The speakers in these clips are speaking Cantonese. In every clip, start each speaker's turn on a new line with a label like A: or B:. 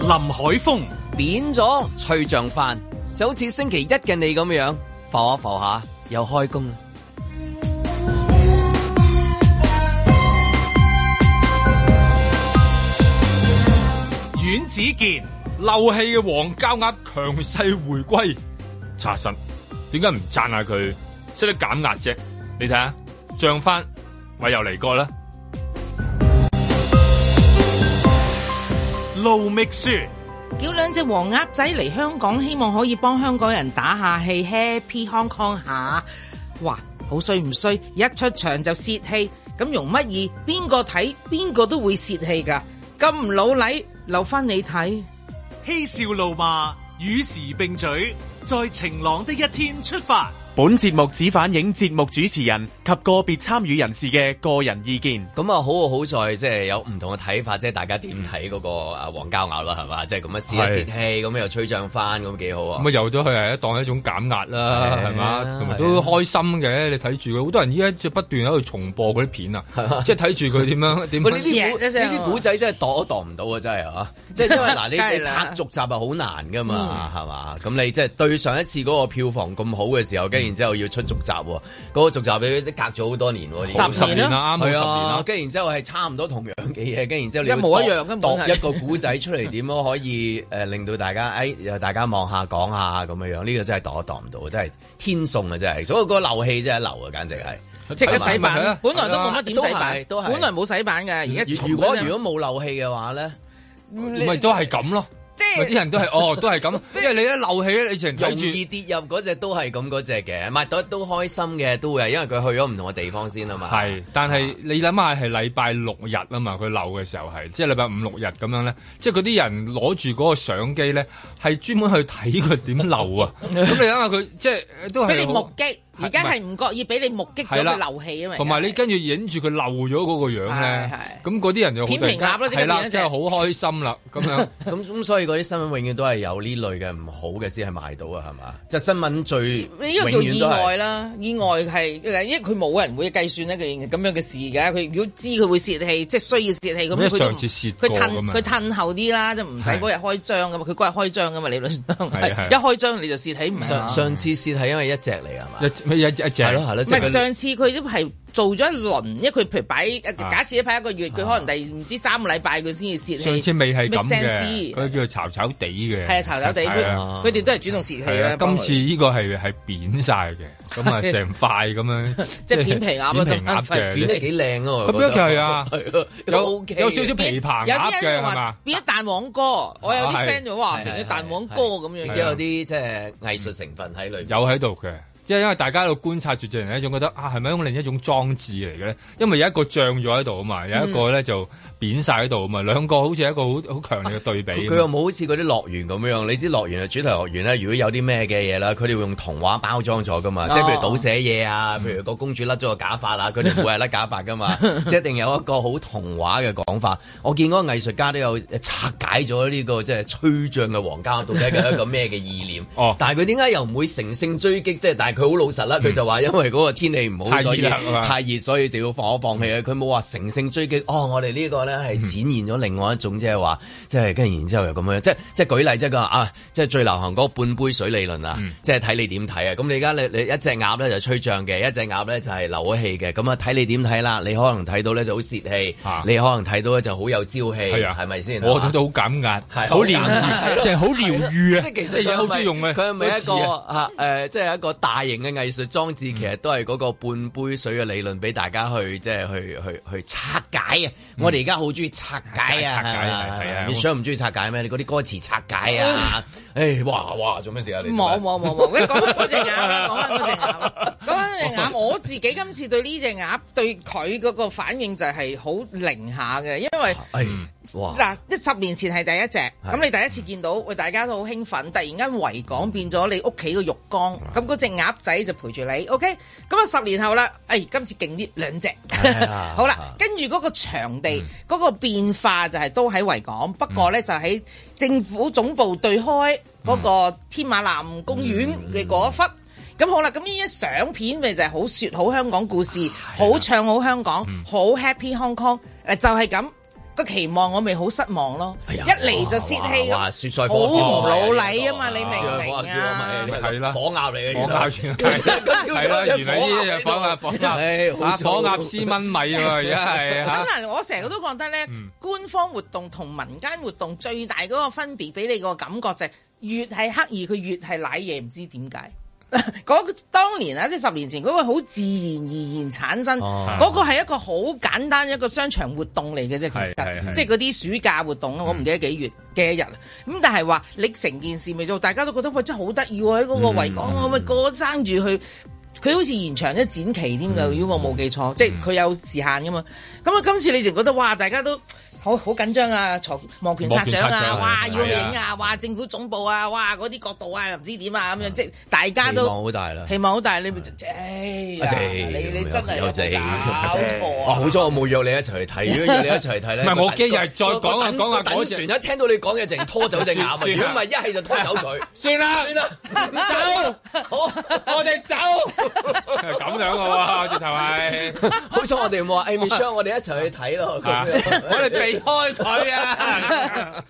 A: 林海峰
B: 扁咗吹漲翻，就好似星期一嘅你咁樣浮下浮下，又開工啦。
A: 阮子健、
C: 漏氣嘅黃膠鴨強勢回歸，查實點解唔讚下佢識得減壓啫？你睇下漲翻，咪又嚟過啦！
A: 盧覓雪、
D: 叫兩隻黃鴨仔嚟香港，希望可以幫香港人打下氣，Happy Hong Kong 下。哇，好衰唔衰？一出場就泄氣，咁容乜易？邊個睇邊個都會泄氣㗎，咁唔老禮，留翻你睇。
A: 嬉笑怒罵，與時並舉，在晴朗的一天出發。
E: 本節目只反映節目主持人及個別參與人士嘅個人意見。
B: 咁啊，好啊，好在即係有唔同嘅睇法，即係大家點睇嗰個啊黃膠鴨啦，係嘛？即係咁樣試一試氣，咁又吹漲翻，咁幾好啊！
C: 咁啊，由咗佢係一當一種減壓啦，
B: 係
C: 係啊嘛，同
B: 係
C: 埋都開心嘅。你睇住佢，好多人依家即係不斷喺度重播嗰啲片啊，即係睇住佢點 樣點
B: 喂，呢
C: 樣。
B: 啲古
D: 一聲
B: 呢啲古仔真係度都度唔到啊！真係 啊，即係因為嗱，你
D: 梗係
B: 你
D: 啦
B: 拍續集係好難噶嘛，
D: 嗯
B: 係嘛？咁你即係對上一次嗰個票房咁好嘅時候，跟住然之後要出續集喎，嗰個續集你都隔咗好多年喎，
D: 三
C: 十
D: 年
C: 年啦，啱好十
B: 係
C: 年
B: 啊，
C: 啦。
B: 跟然之後係差唔多同樣嘅嘢，跟然之後你
D: 一模一樣
B: 咁
D: 根本
B: 度
D: 係
B: 一個古仔出嚟，點樣可以誒、呃令到大家誒、又大家望下講下咁樣樣？呢、個真係度一度唔到，真係天送啊！真係，所以個漏氣真係流啊，簡直係
D: 即刻
C: 係
D: 洗
C: 咪係
D: 版
C: 啊，
D: 本來都冇乜點洗
B: 係啊
D: 版，
B: 都係都係
D: 本來冇洗版嘅，而家
B: 如
D: 重
B: 如果
D: 咗啫
B: 如果冇漏氣嘅話咧，
F: 哦
C: 咪都係咁咯，
D: 即
C: 咪啲
D: 係
C: 人 都係哦，都係咁，因為你一漏氣咧，你成日
B: 容
C: 睇住。
B: 易跌入嗰只都係咁嗰只嘅，唔係都都開心嘅，都會係因為佢去咗唔同嘅地方先啊嘛。
C: 係，但係你諗下係禮拜六日啊嘛，佢漏嘅時候係，即係禮拜五六日咁樣咧，即係嗰啲人攞住嗰個相機咧，係專門去睇佢點漏 啊！咁你諗下佢，即係都
D: 俾
C: 係
D: 你
C: 好
D: 目擊，而家係唔覺意俾你目擊咗
C: 係啦
D: 佢漏氣啊嘛，
C: 同埋你
D: 而家
C: 跟住影住佢漏咗嗰個樣咧
D: 係係，
C: 咁嗰啲人就好
D: 片皮鴨咯即刻
C: 係啦，
D: 變咗隻
C: 即係好開心啦，咁樣
B: 咁咁，所以嗰啲新聞永遠都係有呢類嘅唔好嘅先係賣到啊，係嘛？即係新聞最
D: 呢
B: 永
D: 個叫
B: 遠
D: 意
B: 都係
D: 外啦，意外係，因為佢冇人會計算一件咁樣嘅事㗎。佢如果知佢會泄氣，即係需要泄氣咁，
C: 咩
D: 佢都唔
C: 上次泄過
D: 佢
C: 㗎
D: 褪
C: 嘛
D: 佢褪後啲啦，即係唔使嗰日開張㗎嘛。佢嗰日開張㗎嘛，理論上
C: 係係
D: 一開張你就泄氣，唔係
B: 上
D: 嘛
B: 上次先係因為一隻嚟啊係嘛？
C: 一咩一一隻
B: 係咯係咯，
D: 唔
B: 即係
D: 係
B: 佢
D: 上次佢都係做咗一輪，因為佢譬如擺假設一擺一個月，佢可能第唔知三個禮拜佢先至泄氣。
C: 上次未係咁
D: 啊 make sense
C: 嘅，
D: 啲
C: 佢叫做炒炒地嘅，
D: 係啊，巢頭地，
C: 係
D: 佢
C: 啊
D: 佢哋都係主動泄氣
C: 係
D: 啦
C: 啊，。今次呢個係係扁晒嘅，咁 啊成塊咁樣，
D: 即係扁皮鴨啊
C: 扁皮鴨嘅，
B: 變得幾靚啊！
C: 咁樣其實係啊
B: 係啊
C: 有
B: OK
C: 有少少皮棚
D: 有
C: 鴨
D: 啲
C: 嘅
D: 人
C: 係嘛
D: 話？變咗蛋黃哥，我有啲
C: 啊係
D: friend 就話成咗
B: 係啊
D: 蛋黃哥咁樣
B: 亦
D: 嘅
B: 都。有啲即係藝術成分喺裏邊。
C: 有喺度嘅，即係因為大家喺度觀察住，自然一種覺得啊，係咪一種另一種裝置嚟嘅咧？因為有一個漲咗喺度啊嘛，有一個咧就扁晒喺度啊嘛，兩個好似一個好好強烈嘅對比。
B: 佢又冇好似嗰啲樂園咁樣，你知樂園係啊主題樂園咧，如果有啲咩嘅嘢啦，佢哋會用童話包裝咗噶嘛，即係譬如倒瀉嘢啊，譬如個公主甩咗個假髮啊，佢哋唔會係甩假髮噶嘛，即係一定有一個好童話嘅講法。我見嗰個藝術家都有拆解咗呢個即係吹漲嘅皇家到底係一個咩嘅意念。
C: 哦
B: 但係佢點解又唔會乘勝追擊？即係但係佢好老實啦，佢就話因為嗰個天氣唔好，
C: 太熱
B: 所以
C: 啦係嘛
B: 太熱，所以就要放一放棄啊！
C: 嗯
B: 佢冇話乘勝追擊。哦，我哋呢個咧係展現咗另外一種，即係話，即係跟住然之後又咁樣，即係即係舉例，即係佢話啊，即係最流行嗰個半杯水理論啊，
C: 嗯
B: 即係睇你點睇啊！咁你而家你你一隻鴨咧就吹脹嘅，一隻鴨咧就係流咗氣嘅，咁啊睇你點睇啦。你可能睇到咧就好泄氣
C: 啊，
B: 你可能睇到咧就好有朝氣，係咪先？
C: 我覺得好減壓，
B: 係
C: 好 療
B: 係咯
C: 愈，即係好療愈啊！
B: 即係其
C: 即係
B: 實
C: 好中意用嘅，
B: 佢係咪一個
C: 個字啊
B: 啊誒，即係一個大型嘅藝術裝置，其實都係嗰個半杯水嘅理論，俾大家去即係去去去拆解啊！我哋而家好中意拆解啊，
C: 嗯拆解係係啊
B: 你想唔中意拆解咩？你嗰啲歌詞拆解啊！誒，哇哇，做咩事啊？你做
D: 冇
B: 咩
D: 冇 冇冇，喂，講翻嗰隻鴨啦，講翻嗰隻鴨啦，講翻嗰隻鴨，我自己今次對呢隻鴨對佢嗰個反應就係好零下嘅，因為。
B: 啊誒，哇！
D: 嗱，即十年前係第一隻，咁你第一次見到，喂，大家都好興奮，突然間維港變咗你屋企個浴
B: 啊
D: 缸，咁嗰只鴨仔就陪住你，OK，咁啊十年後啦，誒、今次勁啲兩隻，
B: 啊
D: 好
B: 啊嗯
D: 啦，跟住嗰個場地嗰、個變化就係都喺維港，不過呢，就喺
B: 嗯
D: 政府總部對開嗰個天馬南公園
B: 嗯
D: 嘅嗰一忽。咁好啦，咁呢一相片咪就係好
B: 啊嗯
D: 説好香港故事，好唱好香港，好 Happy Hong Kong，誒就係咁。個期望我咪好失望咯。
B: 哎呀
D: 一嚟就泄氣
B: 哇哇
D: 咁，
B: 雪菜
D: 好
B: 火之
D: 唔
B: 王
D: 老
B: 嚟
D: 禮啊嘛，你明唔明啊？
B: 係啦，火鴨嚟嘅，
C: 火鴨 原
B: 今朝
C: 係啦，
B: 有
C: 原來呢啲 就火鴨火
B: 唉
C: 鴨，
B: 好
C: 啊
B: 早
C: 火鴨絲蚊米喎，而家係
D: 咁
C: 嚇。嗯
D: 嗱，我成日都覺得咧，官方活動同民間活動最大嗰個分別，俾你個感覺就係越係刻意，佢越係舐嘢，唔知點解。 嗰個當年啊，即係十年前嗰、個好自然而然產生，嗰、
B: 哦
D: 個係一個好簡單一個商場活動嚟嘅啫，其
C: 係係係嗯
D: 實即係嗰啲暑假活動啊啦，我唔記得幾月嘅一日啦。咁但係話你成件事未做，大家都覺得喂真係好得意喎！喺嗰
C: 嗯
D: 個維港，我咪個個爭住去。佢好似延長咗展期添㗎，如果我冇記錯，即係佢有時限㗎嘛。咁啊，今次你就覺得哇，大家都好好緊張啊，財摩拳擦
C: 摩拳
D: 掌
C: 擦
D: 啊，
C: 掌
D: 哇，
C: 係
D: 要去
C: 係啊
D: 影啊，哇，政府總部啊，哇，嗰啲角度啊，唔知點啊，咁樣即係大家
B: 期望
D: 都
B: 好大啦。哎
D: 期望好大，你咪就唉呀，啊你你真係有
B: 有
D: 冇
B: 隻
D: 搞錯
B: 哇！
D: 啊！
B: 好彩我冇約你一齊去 睇，如果約你一齊睇咧，
C: 唔係我
B: 個
C: 驚又係再
B: 個
C: 講下啊
B: 個
C: 講下
B: 個
C: 嗰隻
B: 躉船一聽到你講嘢，淨拖走隻鴨啊！
C: 算
B: 如
C: 啦
B: 果唔係，一係就拖走佢。
C: 算啦，
B: 算啦，走，好，我哋走。
C: 咁樣嘅喎，直頭係。 啊
B: 好彩我哋冇話 Amy Shaw，我哋一齊去睇咯。咁樣
C: 我哋避開佢啊！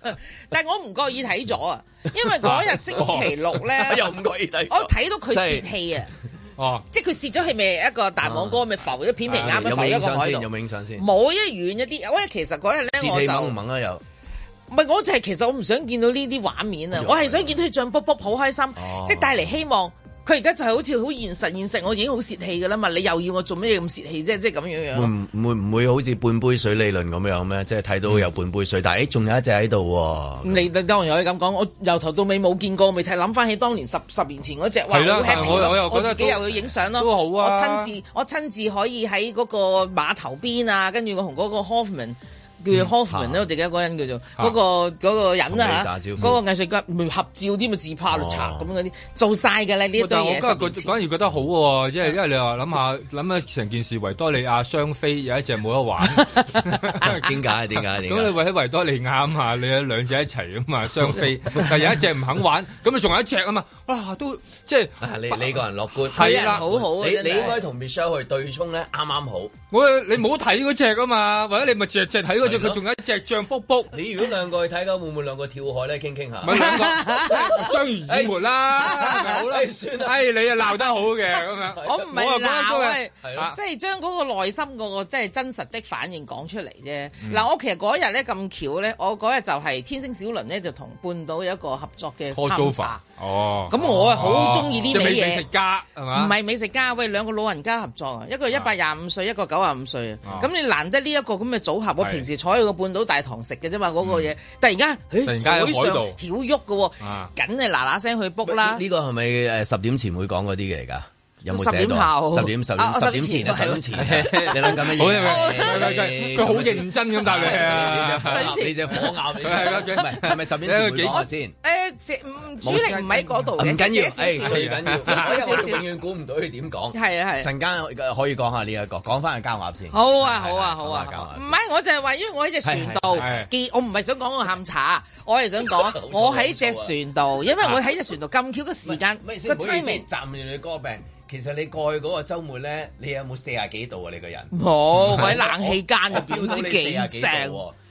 D: 但係我唔覺意睇咗啊，因為嗰日星期六咧，
B: 我又唔覺意睇。
D: 我睇到佢泄氣啊，
C: 哦，
D: 即係佢泄咗氣咪一個大網哥咪浮咗片皮鴨
B: 啊
D: 咪
B: 有冇
D: 浮咗
B: 影
D: 個
B: 相
D: 海
B: 先？
D: 度
B: 有。冇影相先？
D: 冇一遠一啲，喂，其實嗰日
B: 自
D: 咧我
B: 氣
D: 就
B: 猛唔猛啊？又
D: 唔係，我就係其實我唔想見到呢啲畫面啊，我係想見到佢脹卜卜好開心，
B: 哎哦
D: 即係帶嚟希望。佢而家就係好似好現實，現實我已經好泄氣㗎啦嘛，你又要我做咩咁泄氣啫？即係咁啊樣
B: 會
D: 樣咯。
B: 唔會唔會好似半杯水理論咁樣咩？即係睇到有半杯水，但係誒仲有一隻喺度喎。
D: 咁你當然可以咁講，我由頭到尾冇見過，咪睇諗翻起當年十十年前嗰只，哇
C: 係啦
D: 好 happy 啊
C: 我我又覺得
D: 自己又去影相咯，
C: 都好啊
D: 我親自我親自可以喺嗰個碼頭邊啊，跟住我同嗰個 Hoffman。叫做 Hoffman 咧，我哋而家嗰個人叫做
C: 嗯嚇
D: 嗰個嗰個人
B: 同
D: 啊
B: 你
D: 嚇
B: 打招，呼
D: 嗰個藝術家咪合照添咪啊自拍綠茶
B: 哦
D: 咁嗰啲，做晒㗎啦呢一堆
C: 但我
D: 嘢。
C: 今日
D: 十年
C: 覺
D: 前
C: 反而覺得好喎，
B: 啊
C: 因為因為你話諗下諗下成件事，維多利亞雙飛有一隻冇得 玩，
B: 啊點解？點解？點
C: 咁你
B: 解？
C: 為喺維多利亞啊嘛，你有兩隻一齊啊嘛，雙飛，但有一隻唔肯玩，咁你仲有一隻啊嘛，哇都即係
B: 啊你你個人樂觀，
C: 係
D: 啦好好啊
B: 你
D: 真係
B: 你應該同 Michelle 去對沖咧，啱啱好。
C: 我你冇睇嗰隻啊嘛，或者你咪隻隻睇嗰隻，
B: 係咯
C: 佢仲有一隻脹卜卜，
B: 你如果兩個去睇嘅，會唔會兩個跳海咧？傾傾下。
C: 咪兩個相濡以沫啦，係咪好啦
B: 哎，算啦
C: 哎你啊鬧得好嘅咁 樣，
D: 我唔係
C: 我又覺得
D: 鬧
C: 都
D: 啊
C: 係係咯，
D: 即係將嗰個內心嗰個即係真實的反應講出嚟啫。
C: 嗯
D: 嗱，我其實嗰日咧咁巧咧，我嗰日就係天星小輪咧就同半島有一個合作嘅
C: call
D: 烹
C: sofa
D: 茶。
C: 哦
D: 咁我啊好中意呢
C: 即係
D: 味
C: 美美
D: 嘢
C: 食。家係嘛？
D: 唔係美食家，喂，兩個老人家合作啊，一個一百廿五歲，一個九廿五歲
C: 啊
D: 啊。咁你難得呢一個咁嘅組合，我
C: 係嗯
D: 平時坐喺個半島大堂食嘅啫嘛，嗰個嘢，突然間，突
C: 突然間喺海
D: 上
C: 度
D: 曉喐嘅喎
C: 啊，
D: 梗係嗱嗱聲去 book 啦
B: 呢。呢個係咪誒十點前會講嗰啲嚟㗎？有冇寫
D: 十點
B: 到
D: 後
B: 啊？十點十
D: 啊
C: 哦
B: 點
D: 我
B: 十
D: 十
B: 點前
D: 點
B: 啊！十點
D: 前
B: 前啊， 你諗緊乜
C: 好
B: 嘢
C: 嘅
B: 啊？
C: 佢佢好認真咁答你啊！
B: 你隻火鴨，你隻火鴨唔係係咪十點前會講啊先？
D: 哎誒，食唔主力唔喺嗰度嘅，
B: 唔緊要，
D: 寫少
B: 誒
D: 少
B: 最緊要，
D: 少少少少
B: 永遠估唔到佢點講。
D: 係啊係啊
B: 陣間可以講下呢一個，講翻個膠鴨先。
D: 好啊，好啊，
B: 係係
D: 好啊，
B: 講下
D: 好
B: 膠
D: 啊
B: 鴨
D: 唔係，我就係話，因為我喺隻船度
C: 係係係，
D: 見我唔係想講個下午茶，我係想
B: 好
D: 講
B: 嘈
D: 我喺隻船度，因為我喺隻船度咁巧嘅時間
B: 咩
D: 個
B: 先？唔好意思
D: timing，
B: 暫住你歌病。其實你過去嗰個週末咧，你有冇四廿幾度啊？你個人？
D: 冇，我喺冷氣間入邊唔知幾正，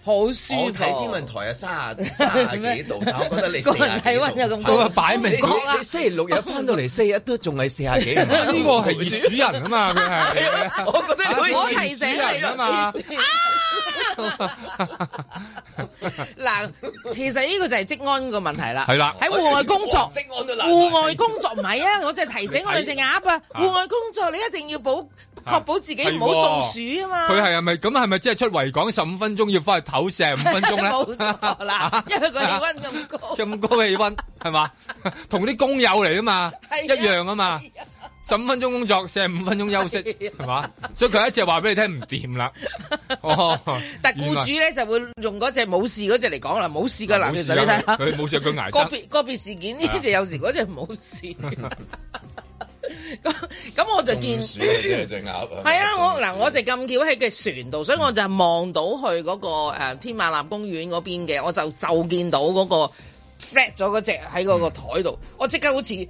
D: 好舒
B: 我睇天
D: 服
B: 文。台啊，三十三十幾 度，但我覺得你四
D: 個
B: 十
D: 人體温又咁
B: 高。
D: 高，
C: 啊擺明
B: 你
D: 唔覺啊
B: 你
D: 啦
B: 你。星期六日翻到嚟四日都仲係四十幾，呢個
C: 呢個係熱鼠人啊嘛，佢係
B: 我覺得你可以
D: 我提醒你
C: 啊嘛，
D: 嗱，其實呢個就係職安個問題啦。
C: 係啦
D: 喺戶外工作，
B: 職安都難
D: 戶外工作唔係啊，我就係提醒我兩隻鴨啊，戶外工作你一定要保確保自己唔好中暑啊嘛。
C: 啊佢係咪咁係咪即係出維港十五分鐘要翻去唞四十五分鐘咧？
D: 冇錯啦，因為個氣温咁高。
C: 咁高氣温係嘛？ 同啲工友嚟啊嘛，一樣啊嘛。十五分鐘工作，四十五分鐘休息，係嘛？所以佢一隻話俾你聽唔掂啦。哦，
D: 但係僱主咧就會用嗰隻冇事嗰只嚟講啦，冇事噶啦，
C: 冇
D: 其
C: 事
D: 實你
C: 㗎
D: 睇下
C: 佢冇事佢捱
D: 個
C: 得。
D: 別個別事件呢隻有時嗰隻冇 事。 咁咁我
C: 啊
D: 就見。
B: 隻鴨
D: 係啊，我嗱我就咁巧喺嘅船度，所以我就係望到去嗰、個、呃、天馬南公園嗰邊嘅，我就就見到嗰個 flat 咗嗰只喺
C: 嗯
D: 嗰個台度，我即刻好似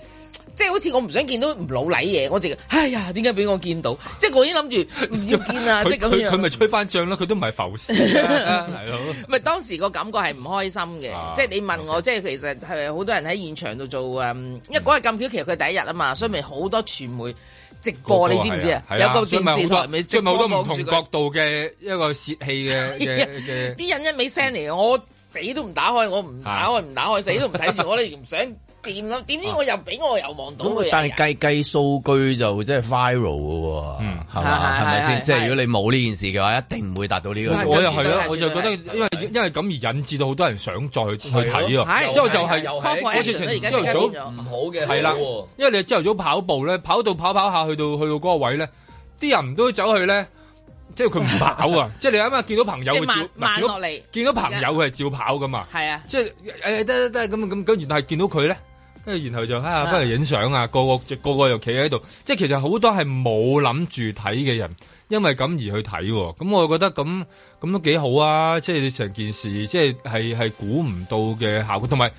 D: 即係好似我唔想見到唔老禮嘢，我直係哎呀點解俾我見到？即係我已經諗住唔 要見啊啦，
C: 佢
D: 即係咁
C: 佢
D: 樣。
C: 佢咪吹翻漲咯，佢都唔係浮士啊，大佬。
D: 唔係當時個感覺係唔開心嘅，
C: 啊
D: 即係你問我，即係其實係好多人喺現場度做誒，嗯因為嗰日咁巧，其實佢第一日啊嘛，所以咪好多傳媒直播，你知唔知啊？有個
C: 所以咪
D: 電
C: 好
D: 視台
C: 多所
D: 咪直
C: 以咪好多
D: 播
C: 唔
D: 望住
C: 同角
D: 佢。
C: 度嘅一個泄氣嘅 嘅嘅。
D: 啲人一味 send 嚟，我死都唔打開，我唔打開，唔打開，死都唔睇住，我哋唔想掂咯。點知我又俾我又望到佢。
B: 但係計計數據就真係 viral 嘅喎，
C: 嗯
B: 係嘛？
D: 係
B: 係咪
D: 係
B: 先？
D: 係
B: 即係如果你冇呢件事嘅話，一定唔會達到呢個數。
C: 我又
D: 係
C: 係啊，
D: 絕對係
C: 我就覺得因為因為咁而引致到好多人想再去去睇啊
D: 係，
C: 之後就係
B: 又係
D: call for
B: 我
D: action 咧，而家
C: 朝
D: 即
C: 頭
D: 刻
C: 早
D: 變咗
B: 唔好嘅
C: 係啦
B: 喎，
C: 因為你朝頭早跑步咧，跑到跑跑下去到去到嗰個位咧，啲人都走去咧，即係佢唔跑 啊！即係你啱啱見到朋友
D: 即
C: 會
D: 係
C: 照唔
D: 慢
C: 係
D: 慢
C: 見到
D: 落嚟，
C: 見到朋友佢係照跑噶嘛，
D: 係啊，
C: 即係誒得得得咁咁咁，然後係見到佢咧，跟住然後就啊不如影相啊，個個個個又企喺度，即係其實好多係冇諗住睇嘅人，因為咁而去睇喎，咁我覺得咁咁都幾好啊！即係你成件事，即係係係估唔到嘅效果，同埋。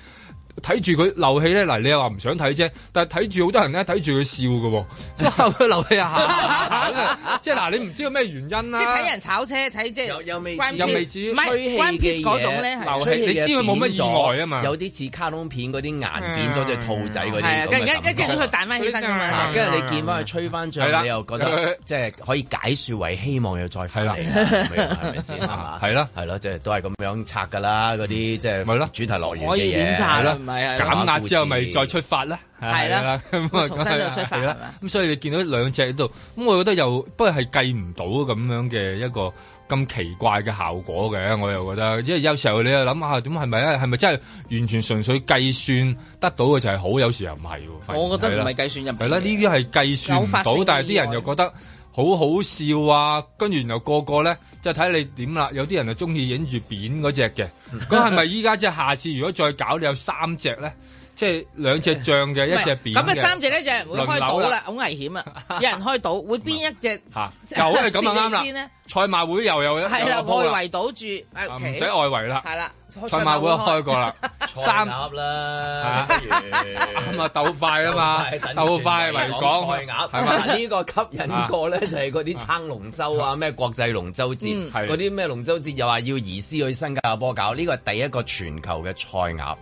C: 睇住佢漏氣咧，嗱你又話唔想睇啫，但係睇住好多人咧睇住佢笑嘅喎，即係佢漏氣啊！即係嗱，你唔知佢咩原因啦。
D: 即係睇人炒車，睇即係
B: 有有未
D: One
B: 至
C: 有未
D: Piece，
C: 至於
D: 唔係
B: 吹氣
D: One
B: 嘅
D: Piece 嗰
B: 嘢
D: 種咧係。
C: 流
B: 吹氣
C: 你
B: 嘅
C: 知佢冇乜
B: 扁咗
C: 意外啊嘛
B: 有啲似卡通片嗰啲顏扁咗隻兔仔嗰啲
D: 係啊，
B: 咁
D: 跟
B: 嘅
D: 跟
B: 感
D: 跟住
B: 覺
D: 佢彈翻起身咁
B: 啊
D: 樣。
B: 跟住你見翻佢吹翻
C: 係啦
B: 漲，你又覺得即係可以解説為希望又再翻嚟啦，咁樣係咪先？係嘛？
C: 係啦
B: 係咯，即係都係咁樣拆㗎啦，嗰啲即係
C: 咪咯
B: 主題樂園
D: 可
B: 嘅
D: 以
B: 嘢
D: 亂拆
B: 係咯
D: 啦，唔係啊。
C: 減壓之後咪再出發啦，
D: 係啦
C: 咁啊
D: 重新再出發
C: 係啦
D: 係嘛
C: 咁所以你見到兩隻喺度，咁我覺得又不過係計唔到咁樣嘅一個咁奇怪嘅效果嘅，我又覺得，因為有時候你又諗下點係咪咧？係咪真係完全純粹計算得到嘅就係好？有時又唔係喎。反而
D: 我覺得
C: 係
D: 唔
C: 啦
D: 係計算入邊嘅。
C: 係啦，呢啲係計算唔
D: 有發
C: 到
D: 性，
C: 但係啲人又覺得好好笑啊！跟住然後個個咧，就睇你點啦。有啲人就中意影住扁嗰只嘅，咁係咪依家即係下次如果再搞，你有三隻咧，即係兩 隻象嘅，一隻扁
D: 咁啊，
C: 嘅，
D: 三隻咧就有人會開
C: 輪流
D: 賭
C: 啦
D: 啦，好危險啊！有人開賭，會邊一 隻
C: 嚇又係咁啊啱啦
D: 先呢。
C: 賽馬會又有一
D: 係啦，
C: 有個鋪
D: 外圍賭注啊
C: 啊唔
D: OK
C: 使外圍啦，
D: 係啦，
C: 賽馬會開過 啦，三
B: 三鴨啦
C: 啊，
B: 不如
C: 咁啊鬥快啊嘛
B: 係，等
C: 鬥快
B: 船
C: 嚟
B: 菜
C: 講
B: 鴨
C: 係嘛？
B: 嗱 呢個吸引過咧就係嗰啲撐龍舟啊，咩國際龍舟節，
C: 嗯係
B: 嗰啲咩龍舟節又話要移師去新加坡搞，呢個係第一個全球嘅賽鴨，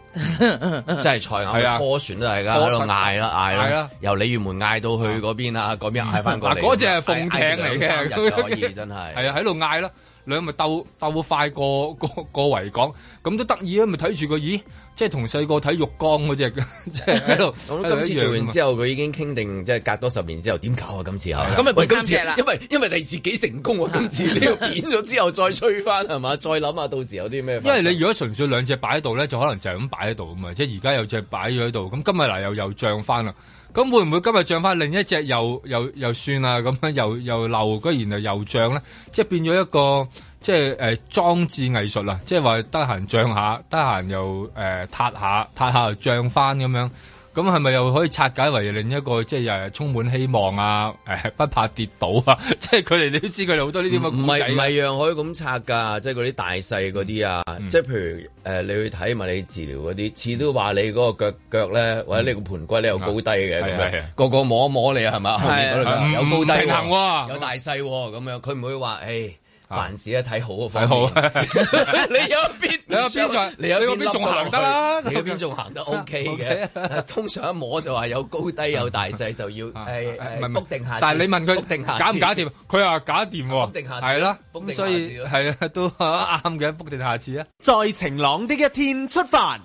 B: 即係賽
C: 係啊
B: 鴨拖船都係㗎，
C: 拖
B: 喺度嗌啦嗌
C: 嗌
B: 啦
C: 啦，
B: 由鯉魚門嗌到去嗰邊啊，嗰邊嗌翻過嚟，
C: 嗯嗱嗰隻係鳳艇嚟嘅
B: 嗌嗌兩三日就可以真 係，
C: 係啊，喺度嗌啦，兩咪鬥鬥快過過過維港，咁都得意啊！咪睇住個，咦，即係同細個睇浴缸嗰只， 即係喺度。啊
B: 咁今次做完之後，佢已經傾定，即係隔多十年之後點搞啊？今次係咪
D: 咁咪
B: 喂
D: 變
B: 今
D: 三
B: 次
D: 隻啦
B: 因為因為第二次幾成功喎，今次呢個扁咗之後再吹翻係嘛？再諗下到時有啲咩發
C: 因
B: 生？
C: 為你如果純粹兩隻擺喺度咧，就可能就係咁擺喺度啊嘛，即係而家有隻擺咗喺度，咁今日嗱又又漲翻啦，咁會唔會今日漲翻另一隻又又又算啦，咁樣又又漏，跟然後又漲咧，即係變咗一個即係誒、呃、裝置藝術啦，即係話得閒漲下，得閒又誒塌下，塌下又漲翻咁樣。咁係咪又可以拆解為另一個即係又係充滿希望啊？誒、不怕跌倒啊！ 即係佢哋你都知佢哋好多呢啲咁嘅
B: 唔
C: 故仔
B: 係
C: 啊
B: 唔係樣可以咁拆㗎，即係嗰啲大細嗰啲啊，
C: 嗯
B: 即係譬如誒、呃你去睇物理治療嗰啲，似都話你嗰個腳腳咧，或者你個盤骨咧有高低嘅咁
C: 嗯係啊係
B: 樣
C: 啊，
B: 個個摸一摸你係嘛？後面嗰
C: 係
B: 度
C: 啊
B: 有高低
C: 唔平衡喎啊
B: 有大細喎咁樣，佢唔會話誒。凡事咧睇好嗰
C: 睇
B: 方
C: 好
B: 面， 你有一邊
C: 你有一邊就
B: 你有
C: 你
B: 一
C: 嗰邊
B: 邊
C: 仲
B: 凹咗落
C: 行得啦
B: 去你嗰邊 仲行得 OK 嘅
C: OK。
B: 但係 通常一摸就話有高低有大細，就要
C: 啊唔
B: 誒
C: 係
B: 誒
C: 唔
B: book
C: 係
B: 定下次。
C: 但係你問
B: book 定下
C: 佢搞唔
B: 次
C: 搞掂，佢話搞掂
B: ，book
C: 喎，
B: 定下次
C: 係啦，
B: ，book 定
C: 咁
B: 下次
C: 所以
B: 啦
C: 係啊，都啱嘅，book 定下次啊。
E: 在晴朗的一天出發。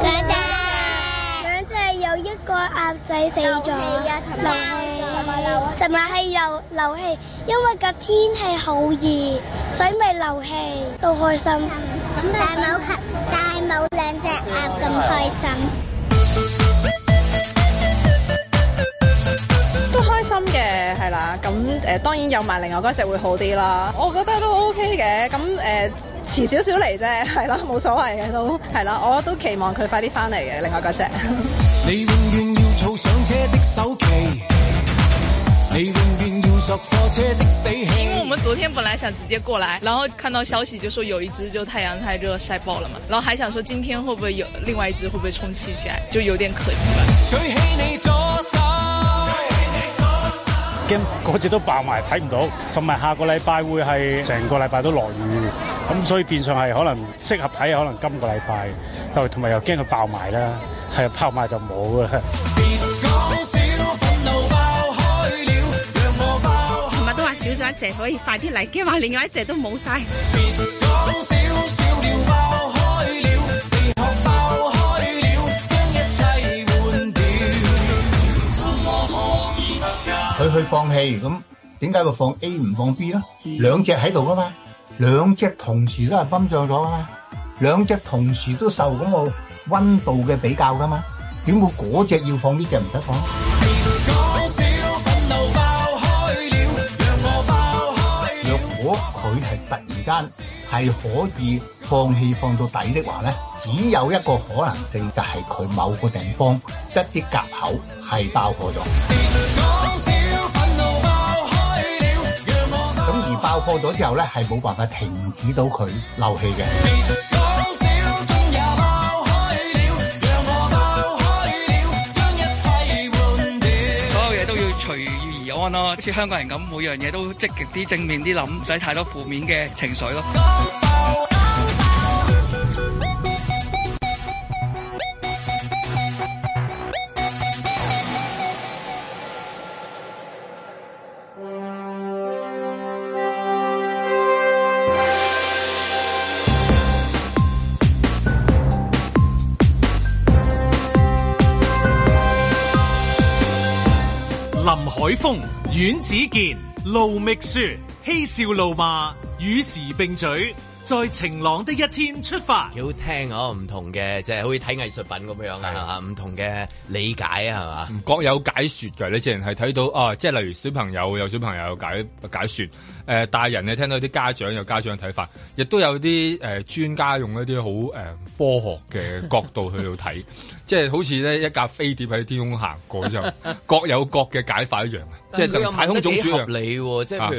G: 兩隻，兩隻有一個鴨仔死咗，漏啊氣，尋日係流流氣，因為個天氣好熱，所以咪流氣，都開心。但係冇但係冇兩隻鴨咁開心。
H: 都開心嘅，係啦。咁誒、呃、當然有埋另外嗰只會好啲啦。我覺得都 OK 嘅。咁誒、呃、遲少少嚟啫，係啦，冇所謂嘅都係啦。我都期望佢快啲翻嚟嘅，另外嗰只。
I: 你永遠要儲上車的首期，你永遠要索貨車的死
J: 因为我
I: 氣。
J: 们昨天本来想直接过来，然后看到消息就说有一只就太阳太热晒爆了嘛，然后还想说今天会不会有另外一只会不会充气起来，就有点可惜吧。
I: 舉起你左手，
F: 驚嗰只都爆埋睇唔到，同埋下個禮拜會係成個禮拜都落雨，咁所以變相係可能適合睇，可能今個禮拜，就同埋又驚佢爆埋啦，係爆埋就冇啊噶啦。
I: 別講笑，憤怒爆開了，讓我爆開。
K: 琴日都話少咗一隻，可以快啲嚟，驚話另外一隻都冇晒。
I: 別講笑，笑了爆開了，地殼爆開了，將一切換掉。
L: 佢去放棄，咁點解佢放 A 唔放 B 咧？兩隻喺度噶嘛，兩隻同時都係泵脹咗噶嘛，兩隻同時都受嗰個温度嘅比較噶嘛，點會嗰隻要放呢隻唔得放？
I: 講笑，憤怒爆開了，讓我爆開了
L: 若。果佢係突然間係可以放氣放到底的話咧，只有一個可能性就係佢某個地方一啲夾口係爆破咗。
I: 講笑，憤怒爆開了，讓我爆。
L: 咁而爆破咗之後咧，係冇辦法停止到佢漏氣嘅。
I: 講笑，終也爆開了，讓我爆開了，將一切換掉。
M: 所有嘢都要隨遇而安咯，似香港人咁，每樣嘢都積極啲、正面啲諗，唔使太多負面嘅情緒咯。
A: 林海峰、阮子健、盧覓雪，嬉笑怒罵，與時並舉，在晴朗的一天出發。
B: 幾好聽啊！唔同嘅，即係好似睇藝術品咁樣啊，唔同嘅理解啊，係嘛？
C: 各有解説嘅，你之前係睇到啊，即係例如小朋友有小朋友解解説，誒、大人你聽到啲家長有家長睇法，亦都有啲誒、專家用一啲好誒科學嘅角度去到睇， 即係好似咧一架飛碟喺天空行過之 後，各有各嘅解法一樣，即係同太空總署一
B: 合
C: 樣。
B: 理喎，即係
C: 啊
B: 譬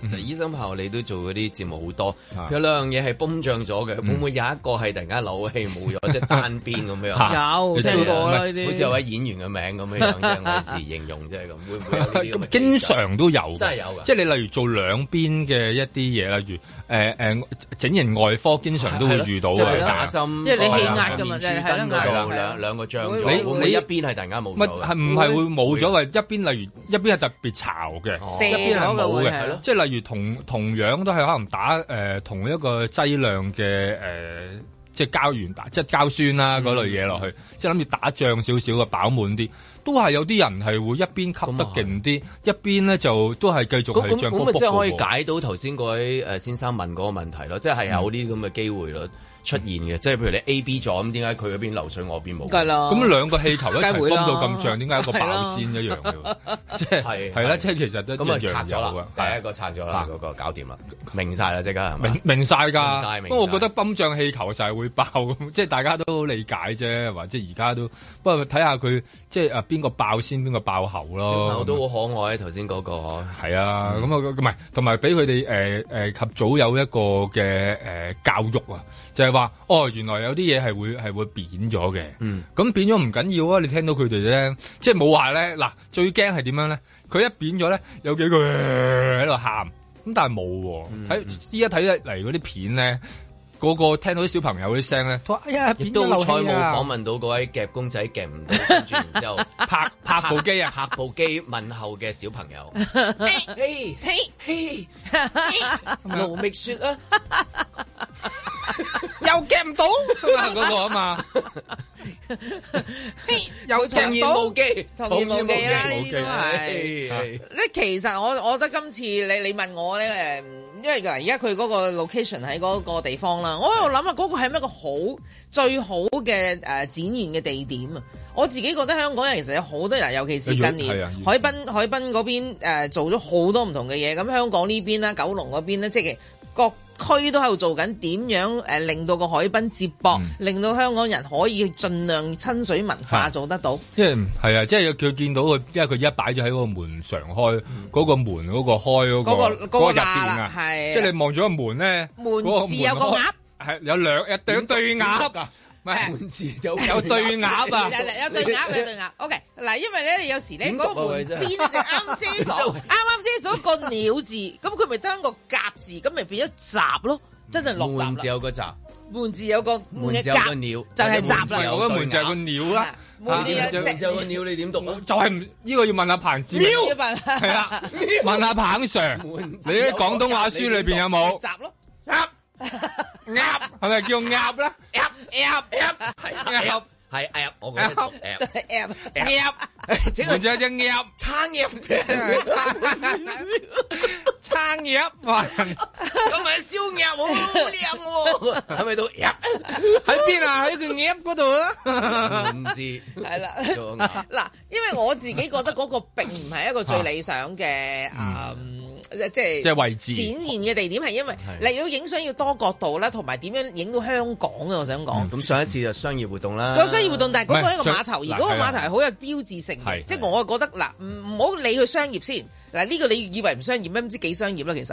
B: 如誒，醫生朋友你都做嗰啲節目好多
C: 啊，
B: 有兩樣嘢係崩漲咗
M: 嗯
B: 嘅，會唔會有一個係突然間扭氣冇 咗，即係單邊咁樣？
D: 有
C: 啊你
D: 即
C: 做
D: 係
C: 過
M: 啊
D: 過啦
B: 唔
D: 呢
B: 係
D: 啲，
B: 好似有位演員嘅名咁樣樣，即係我時形容即係咁， 會唔 會有呢啲咁
C: 咁
B: 嘅
C: 經
B: 技術
C: 常都有嘅，
B: 真係有㗎
C: 即係你例如做兩邊嘅一啲嘢，例如誒誒、整形外科，經常都會遇到
D: 啊
B: 即係
C: 嘅哦
B: 你打針，因
D: 為你氣壓㗎嘛即係係咯
B: 嗰
D: 壓力
B: 度兩兩個漲咗，
D: 你
B: 會唔會
C: 你
B: 一邊係突然間冇
C: 乜
B: 咗嘅？
C: 係唔係會冇咗？喂，一邊例如一邊係特別潮嘅，
B: 哦
D: 射
C: 一邊係
D: 咗嘅
C: 冇
D: 會係咯
C: 嘅，即係例如同同樣都係可能打誒、呃同一個劑量嘅誒。呃即係膠原蛋，即係膠酸啦
B: 嗯
C: 嗰類嘢落去，即係諗住打仗少少嘅飽滿啲，都係有啲人係會一邊吸得勁啲，一邊咧就都係繼續
B: 啊
C: 係
B: 咁咁
C: 漲
B: 咁
C: 高卜
B: 咪即係可
C: 嘅
B: 以
C: 喎
B: 解到頭先嗰位誒先生問嗰個問題咯，即
C: 嗯
B: 係有呢啲咁嘅機會率出現嘅，即係譬如你 A B 咗，咁點解佢嗰邊流水我邊冇？
D: 梗係啦，
C: 咁兩個氣球一齊
D: 梗係會啦
C: 泵到咁漲，點解有個爆先一樣嘅 喎？即
B: 係
C: 係係啦，
B: 係
C: 即係其實都一
B: 咁啊
C: 樣
B: 拆咗
C: 有
B: 啦
C: 啊，
B: 第一
C: 係
B: 個拆咗啦
C: 啊，
B: 嗰個搞掂啦，明晒啦即刻係咪
C: 明？明晒
B: 明晒
C: 㗎，
B: 明晒
C: 不過我覺得泵漲氣球就係會爆，咁即係大家都好理解啫，或者而家都不過睇下佢即係啊邊個爆先，邊個爆後
B: 小朋
C: 咯
B: 友。都好可愛，頭先嗰個。
C: 係啊，咁啊唔係，同埋俾佢哋誒誒及早有一個嘅誒、呃教育啊，就係、話哦，原來有啲嘢係會係會扁咗嘅，
B: 嗯，
C: 咁扁咗唔緊要啊，你聽到佢哋咧，即係冇話咧，嗱最驚係點樣咧？佢一扁咗咧，有幾個呃喺度喊，咁但係冇喎，
B: 嗯
C: 睇依家睇嚟嗰啲片咧。個個聽到啲小朋友啲聲咧，都話哎呀，
B: 亦
C: 扁咗
B: 都好
C: 漏
B: 彩
C: 氣
B: 冇
C: 啊！
B: 訪問到嗰位夾公仔夾唔到，跟住然之後
C: 拍拍部機啊，
B: 拍部機問候嘅小朋友，嘿嘿嘿，盧覓雪啊，
C: 又夾唔到咁啊嗰個啊嘛，又
D: 佢
C: 夾
D: 重
C: 唔
B: 童言
C: 到。
B: 無忌，
D: 童言無忌啦，呢啲都係。
B: 係。
D: 咧其實我我覺得今次你你問我咧誒，因為而家佢嗰個 location 喺嗰個地方啦，我喺度諗啊，嗰個係咪一個好最好嘅誒、呃展現嘅地點啊！我自己覺得香港人其實有好多人，尤其是近
C: 係啊
D: 年
C: 要
D: 海濱啊海濱嗰邊、呃、做咗好多唔同嘅嘢，咁香港呢邊啦、九龍嗰邊咧，即係各區都喺度做緊點樣誒，令到個海濱接駁，
C: 嗯
D: 令到香港人可以盡量親水文化
C: 係
D: 做得到。
C: 即係係啊！即係佢見到佢，因為佢一擺咗喺嗰個門常開，嗰個門嗰個開嗰個
D: 嗯嗰個嗰個罅
C: 入邊
D: 啦
C: 啊，
D: 係啊
C: 即係你望咗個門咧，
D: 門
C: 嗰個
D: 字有個
C: 開
D: 鴨，
C: 係有兩一對對鴨啊，唔係門字有 有對鴨啊，
D: 有有對鴨，有對鴨。OK，嗱，因為咧，你有時咧
C: 點讀啊
D: 嗰個門
C: 喂真
D: 邊
C: 係
D: 咧就啱遮咗，啱啱遮咗個鳥字，咁佢咪得個甲字，咁咪變咗閘咯，真係落
B: 門字
D: 閘啦。
B: 有個閘，
D: 門字有個門
B: 門
D: 嘅
B: 字有
D: 甲
B: 個，鳥，
D: 就係閘啦
C: 我覺得門就係個鳥啦，
D: 門字有
C: 啊
D: 隻
C: 門就
B: 有個鳥，你點讀啊？
C: 就係唔呢個要問下彭志明，
D: 一份
C: 係啊，問下彭 Sir，你啲廣東話書裏邊有冇
D: 閘咯？
C: 係咪叫鴨咧？
B: 啊鴨係哎鴨，我覺得讀鴨。
D: M
C: 門就有啊隻鴨，
B: 撐
C: 撐鴨哇！
B: 咁咪燒鴨好靚喎，係咪到 鴨？
C: 喺邊啊？喺個鴨嗰度啊啦。
B: 唔知
D: 係 啦，
B: 做鴨
D: 嗱，因為我自己覺得嗰個並唔係一個最理想嘅啊。誒即係
C: 嗯即係位置哦
D: 展現嘅地點係因為
B: 係
D: 你要影相要多角度啦，同埋點樣影到香港啊！我想講。
B: 哦咁上一次就商業活動啦，
D: 個商業活動，但係嗰個
B: 唔係
D: 呢個
B: 上
D: 碼頭，而
B: 嗱
D: 嗰個
C: 啊
B: 係啦
D: 碼頭係好有標誌性嘅，
B: 係
D: 即係我覺啊得嗱，唔唔好理佢商業先。嗱呢個你以為唔商業咩？唔知幾商業啦，其實，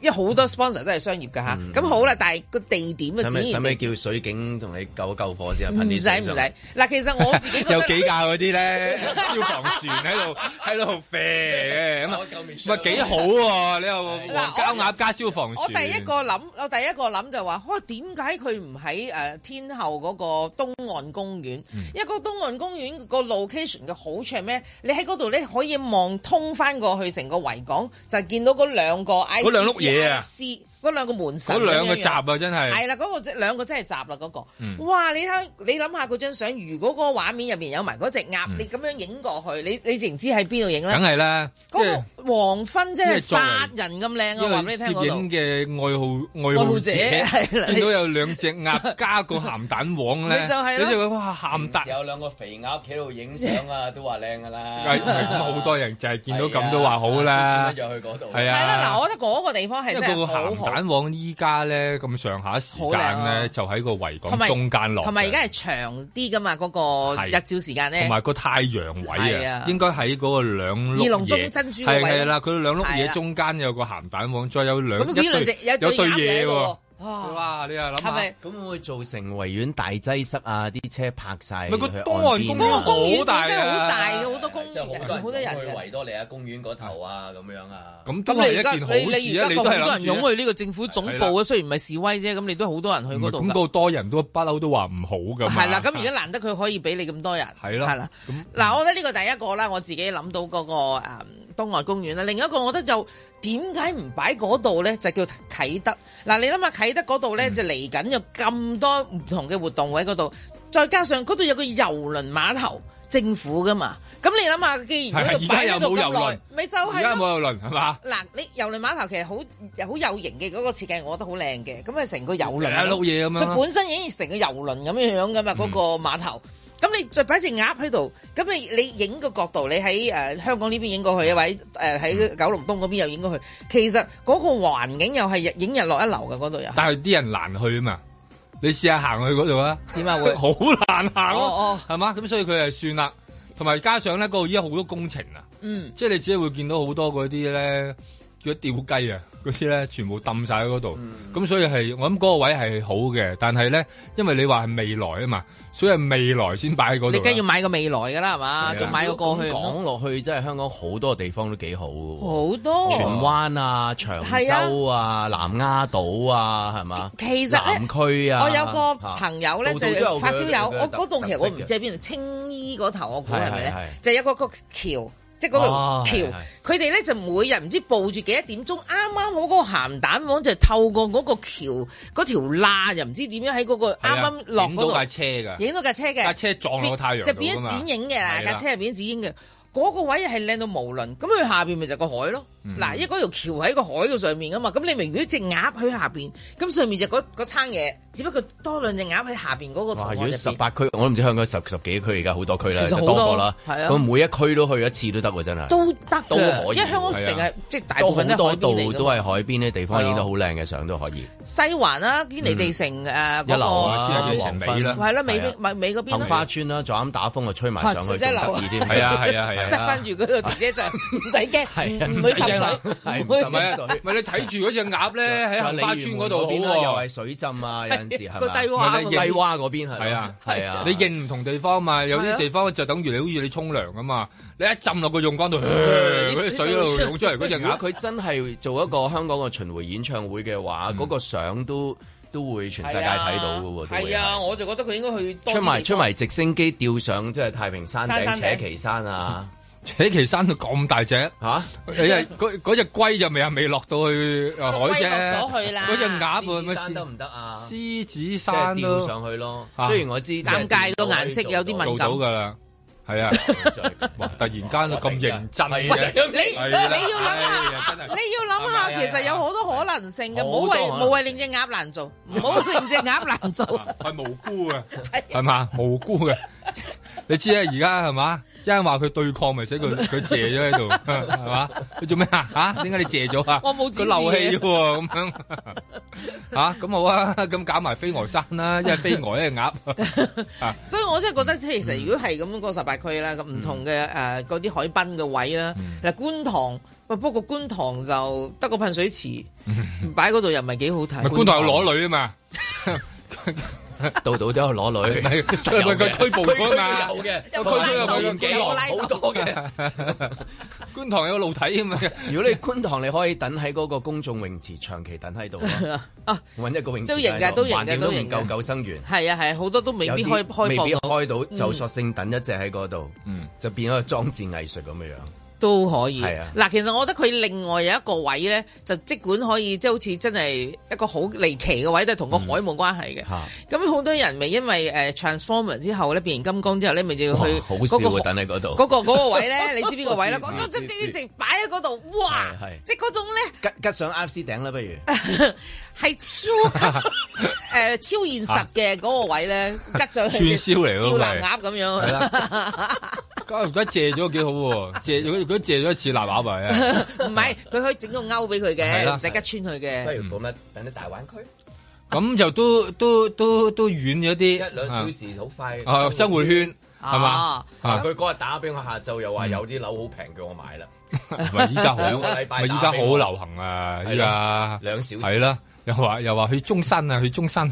D: 因為好多 sponsor 都係商業㗎吓。咁好啦，但係個地點嘅
B: 嗯使
D: 展
B: 咪使
D: 現
B: 咪
D: 啊地
B: 叫水警同你救救火先啊？噴
D: 唔
B: 啲
D: 使
B: 水
D: 唔
B: 上
D: 使。嗱，其實我自 己 覺
C: 有
D: 得
C: 幾架嗰啲咧 消防船喺度喺度啡咁啊，咪幾好喎！你又黃膠鴨加消防船，
D: 我第一個諗，我第一個諗就話，哇，點解佢唔喺誒天后嗰個東岸公園？因為個東岸公園個 location 嘅好處係咩？你喺嗰度咧可以望通翻過去成個維港，就見到嗰兩個 I
C: 嗰兩碌嘢啊
D: C 嗰兩個門神
C: 嗰
D: 咁樣樣，
C: 兩個閘啊，真
D: 係
C: 係
D: 啦，嗰個即兩個真係閘啦，嗰個
C: 嗯。
D: 哇！你睇你諗下嗰張相，如果嗰個畫面入邊有埋嗰隻鴨，你咁樣影過去，你你淨知喺邊度影咧？
C: 梗係啦，即
D: 嗰
C: 係
D: 個黃昏真
C: 因
D: 係
C: 為作為
D: 殺人咁靚啊！
C: 因
D: 話俾
C: 為
D: 你聽
C: 攝
D: 嗰度
C: 影。嘅愛好愛
D: 愛
C: 好
D: 好者係啦
C: 見到有兩隻鴨加個鹹蛋黃咧，
B: 你就係
C: 你就
B: 咯
C: 覺得哇鹹蛋
B: 平時有兩個肥鴨企喺度影相 啊，都話靚噶啦。
C: 係咪咁啊好多人就係見到咁都話好 啦，
B: 都轉咗去嗰度。
C: 係
D: 係啦，
C: 啊
D: 嗱，。我覺得嗰個地方係
C: 因為嗰
D: 真
C: 個
D: 係好
C: 鹹
D: 好，
C: 蛋黃依家咧咁上下時
D: 好靚
C: 間
D: 啊
C: 咧，就喺個維
D: 同
C: 港
D: 埋
C: 中間落嘅，
D: 同埋而家係長啲噶嘛，嗰個
C: 係
D: 日照時間咧
C: 同。埋個太陽位
D: 係
C: 啊
D: 啊，
C: 應該喺嗰個兩
D: 二
C: 碌
D: 龍
C: 嘢，
D: 中珍珠個位啊
C: 係係啦，佢兩碌
D: 係
C: 嘢
D: 啦
C: 中間有個鹹蛋黃，再有兩
D: 咁呢兩隻
C: 一對
D: 有
C: 有
D: 一對
C: 對
D: 鴨
C: 嘢
D: 喺
C: 喎
D: 度。喎，
C: 哇！你又諗
D: 係咪？
B: 咁會唔會造成維園大擠塞啊？啲車泊晒去
C: 咪
B: 岸
C: 個
B: 邊啊。
C: 東岸公園好大啊
D: 真係好大嘅，好多公
B: 即係
D: 園，
B: 好
D: 好
B: 多
D: 多
B: 人
D: 人
B: 去
D: 嘅。
B: 維多利亞公園嗰頭啊，咁樣啊。
C: 咁都
D: 咁
C: 係
D: 你
C: 一
D: 而家
C: 件好
D: 你
C: 事
D: 你
C: 啊！
D: 而
C: 你都
D: 家
C: 係
D: 咁多人
C: 諗
D: 湧
C: 住
D: 去呢個政府總部啊，雖然唔係示威啫，咁你都好多人去嗰度
C: 咁
D: 㗎。
C: 個多人都不嬲都話唔好㗎嘛。
D: 係啦，咁而家難得佢可以俾你咁多人。
C: 啊係啦，
D: 係啦。嗱，我覺得呢個第一個啦，我自己諗到嗰、個誒、嗯、東岸公園啦。另一個我覺得就點解唔擺嗰度咧，就叫啟德。嗱，你諗下啟德嗰度
C: 嗯
D: 咧，就嚟緊有咁多唔同嘅活動喺嗰度，再加上嗰度有個郵輪碼頭。政府噶嘛，咁你諗下，既然
C: 係
D: 嗰
C: 而
D: 度
C: 家
D: 擺喺
C: 有
D: 度
C: 冇郵
D: 咁
C: 輪
D: 耐，咪就
C: 而
D: 係
C: 家
D: 咯。
C: 冇有輪係嘛？
D: 嗱，你郵輪碼頭其實好好有型嘅嗰、個設計，我覺得好靚嘅。咁啊，成個郵輪
C: 嚟一碌嘢咁樣啦
D: 佢本身已經成個郵輪咁樣樣噶嘛，嗰、個碼頭。咁你再擺隻鴨喺度，咁你你影個角度，你喺誒、呃香港呢邊影過去，或者誒喺九龍東嗰邊又影過去，其實嗰個環境又係日影日落一流嘅嗰度又。
C: 但係啲人難去啊嘛。你試下行去嗰度啊？
D: 點啊會
C: 好難行咯
D: 哦，
C: 係嘛？咁所以佢係算啦。同埋加上咧，嗰度依家好多工程啊。
D: 嗯，
C: 即係你只係會見到好多嗰啲咧，叫吊雞啊，嗰啲咧全部抌晒喺嗰度。咁、所以係我諗嗰個位係好嘅，但係咧，因為你話係未來啊嘛，所以係未來先擺喺嗰度啦。啊
D: 你梗係要買個未來㗎啦，係嘛？仲買個過去。
B: 啊講落去，真係香港好多地方都幾好嘅喎。
D: 好多
B: 荃灣啊、長洲啊、南丫島啊，係嘛？
D: 其實呢
B: 南區啊，
D: 我有個朋友咧
B: 嚇
D: 就
B: 度度都有佢
D: 發燒友，
B: 佢嘅
D: 我嗰度其實我唔
B: 特
D: 知
B: 色嘅
D: 喺邊度，青衣嗰頭我估係咪
B: 係係
D: 咧
B: 係？
D: 就有個個橋。即係嗰條
B: 哦
D: 橋
B: 係係，
D: 佢哋咧就每日唔知報住幾多點鐘，啱啱好嗰個鹹蛋黃就透過嗰個橋嗰條罅，又唔知點樣喺嗰個
C: 係
D: 啱
C: 啊
D: 啱落
C: 影到
D: 嗰
C: 架
D: 度
C: 車㗎，
D: 影到架車嘅，
C: 架車撞落太陽
D: 就變
C: 度㗎
D: 咗
C: 嘛
D: 剪影嘅
C: 係啦
D: 架車入變咗剪影嘅，嗰個位係靚到無倫，咁佢下邊咪就個海咯。
B: 嗯
D: 嗱，因為嗰條橋喺個海嘅上面噶嘛，咁你明如果只鴨喺下邊，咁上面就嗰嗰餐嘢，只不過多兩隻鴨喺下邊嗰個圖
B: 哇！
D: 案
B: 如
D: 入
B: 果
D: 邊
B: 十八區，我都唔知香港十十幾區，而家好多區啦，
D: 其實好多
B: 多過啦。
D: 係啊
B: 咁每一區都去一次都得喎，真係。
D: 都得㗎
B: 都可以，
D: 因為香港成
B: 係
D: 日
B: 啊
D: 即係大部分都係
B: 都
D: 海
B: 好
D: 邊
B: 多
D: 嚟
B: 度
D: 㗎嘛
B: 都係海邊啲地方影到好靚嘅相都可以。
D: 西環啦、堅尼地城誒
B: 嗯一
D: 嗰
B: 樓啊，
D: 個，
B: 黃昏
D: 係啦，美
B: 係啊
D: 美美嗰邊
B: 杏
D: 啦
B: 花村啦，就咁打風啊，吹埋上去，仲
D: 係
B: 得意啲。
C: 係啊係啊係啊
D: 塞翻住嗰個停 車場，唔使
B: 啊
D: 驚，唔唔會滲水。
B: 係
C: 唔
B: 唔係
C: 係啊，唔係你睇住嗰只鴨咧喺杏花村嗰度
B: 邊
C: 好喎
B: 又係水浸啊，有陣時係咪
C: 個低窪
B: 低窪嗰邊係咪
C: 係啊，
B: 係啊，
C: 你認唔同地方嘛？有
B: 係啊
C: 啲地方就等於你好似你沖涼咁嘛，你一浸落個泳缸度，
B: 啲
C: 嗰啲水喺度湧出嚟嗰只
B: 如
C: 鴨，
B: 果佢真係做一個香港嘅巡迴演唱會嘅話，嗰個相都都會全世界睇到嘅喎，都會
D: 啊係啊，我就覺得佢應該去多啲
B: 出埋
D: 地
B: 出
D: 方
B: 埋直升機吊上即係太平山
D: 山
B: 頂
D: 山
B: 扯
D: 頂
B: 旗山啊！
C: 扯旗山到咁大隻
B: 嚇，
C: 你係嗰嗰只龜就未啊未落到去呃海啫，
B: 落咗去啦
C: 嗰只鴨啊咪
B: 獅子山得唔得啊？
C: 獅子
B: 即係
C: 山
B: 吊
C: 都
B: 上去咯
C: 嚇。
B: 雖然我知
D: 尷尬個顏色有啲敏
C: 做
D: 感
C: 到。㗎啦，係啊， 哇！突然間咁認真嘅，
D: 你你要諗下，你要諗下，其實有好多可能性嘅，冇
C: 好多
D: 為
C: 可能
D: 冇為令只鴨難做，唔好令只鴨難做。
C: 係無辜嘅，係嘛無辜嘅，你知啊而家係嘛？一人話佢對抗，咪死 佢佢謝咗喺度，係嘛？佢做咩啊？嚇？點解你謝咗啊？
D: 我冇
C: 佢
D: 指示
C: 漏氣
D: 嘅
C: 喎，咁樣 嚇咁好啊！咁搞埋飛鵝山啦，一係飛鵝， 一係鴨。
D: 所以我真係覺得，即係其實如果係咁嗰十八區啦，咁唔同嘅誒嗰啲海濱嘅位啦，嗱觀塘，喂不過觀塘就得個噴水池，擺嗰度又唔係幾好睇。
C: 咪觀塘有裸女啊嘛，
B: 度度都有 裸女，
C: 佢咪佢拘捕㗎嘛，
B: 有嘅，
C: 有
B: 佢
C: 拘捕
B: 年紀
C: 有拉
B: 好多嘅。
C: 觀塘有露體啊嘛。
B: 如果你觀塘，你可以等喺嗰個公眾泳池長期等喺度 咯。揾一個泳池
D: 啊都型㗎
B: 喺度橫掂
D: 都型㗎
B: 都
D: 都
B: 唔
D: 型
B: 夠
D: 㗎
B: 救生員。
D: 係啊係啊，好多都未必開
B: 有啲
D: 開放
B: 未必
D: 到，
B: 開到，就
D: 嗯
B: 索性等一隻喺嗰度，
C: 嗯
B: 就變咗個裝置藝術咁樣樣。
D: 都可以。
B: 係啊，
D: 嗱，其實我覺得佢另外有一個位咧，就即管可以即係好似真係一個好離奇嘅位，都係同個海冇關係嘅。咁好多人咪因為誒 Transformer 之後咧，變形金剛之後咧，咪就要
B: 哇
D: 去
B: 好
D: 嗰
B: 笑
D: 個
B: 啊！等喺嗰度，
D: 嗰個嗰個位咧，你知邊個 位啦？
B: 我
D: 嗰
B: 知
D: 嗰即即直擺喺嗰度，哇！
B: 係係
D: 即嗰種咧
B: 吉吉上 R C 頂啦，不如
D: 係 超級誒超現實嘅嗰個位咧，吉上去
C: 串燒嚟咯
D: 吊
C: 係
D: 藍鴨咁
C: 係
D: 樣。
C: 咁而家借咗幾好喎，借如果借咗一次立鴨咪啊，
D: 唔係，佢可以整個勾俾佢
C: 係
D: 嘅，
C: 啦
D: 唔使吉穿佢嘅。
B: 不如講乜？等啲大灣區
C: 咁就都都都都遠咗啲，
B: 一兩小時好快。
C: 啊啊生活圈
D: 哦
C: 係嘛
B: 啊？
C: 啊
B: 佢嗰日打俾我，下晝又話有啲樓好平，叫我買啦。
C: 唔嗯係依家好，
B: 兩個禮
C: 咪
B: 拜
C: 依家好流 行啊！依家
B: 兩小時
C: 係啦，又話又話去中山啊，去中 山。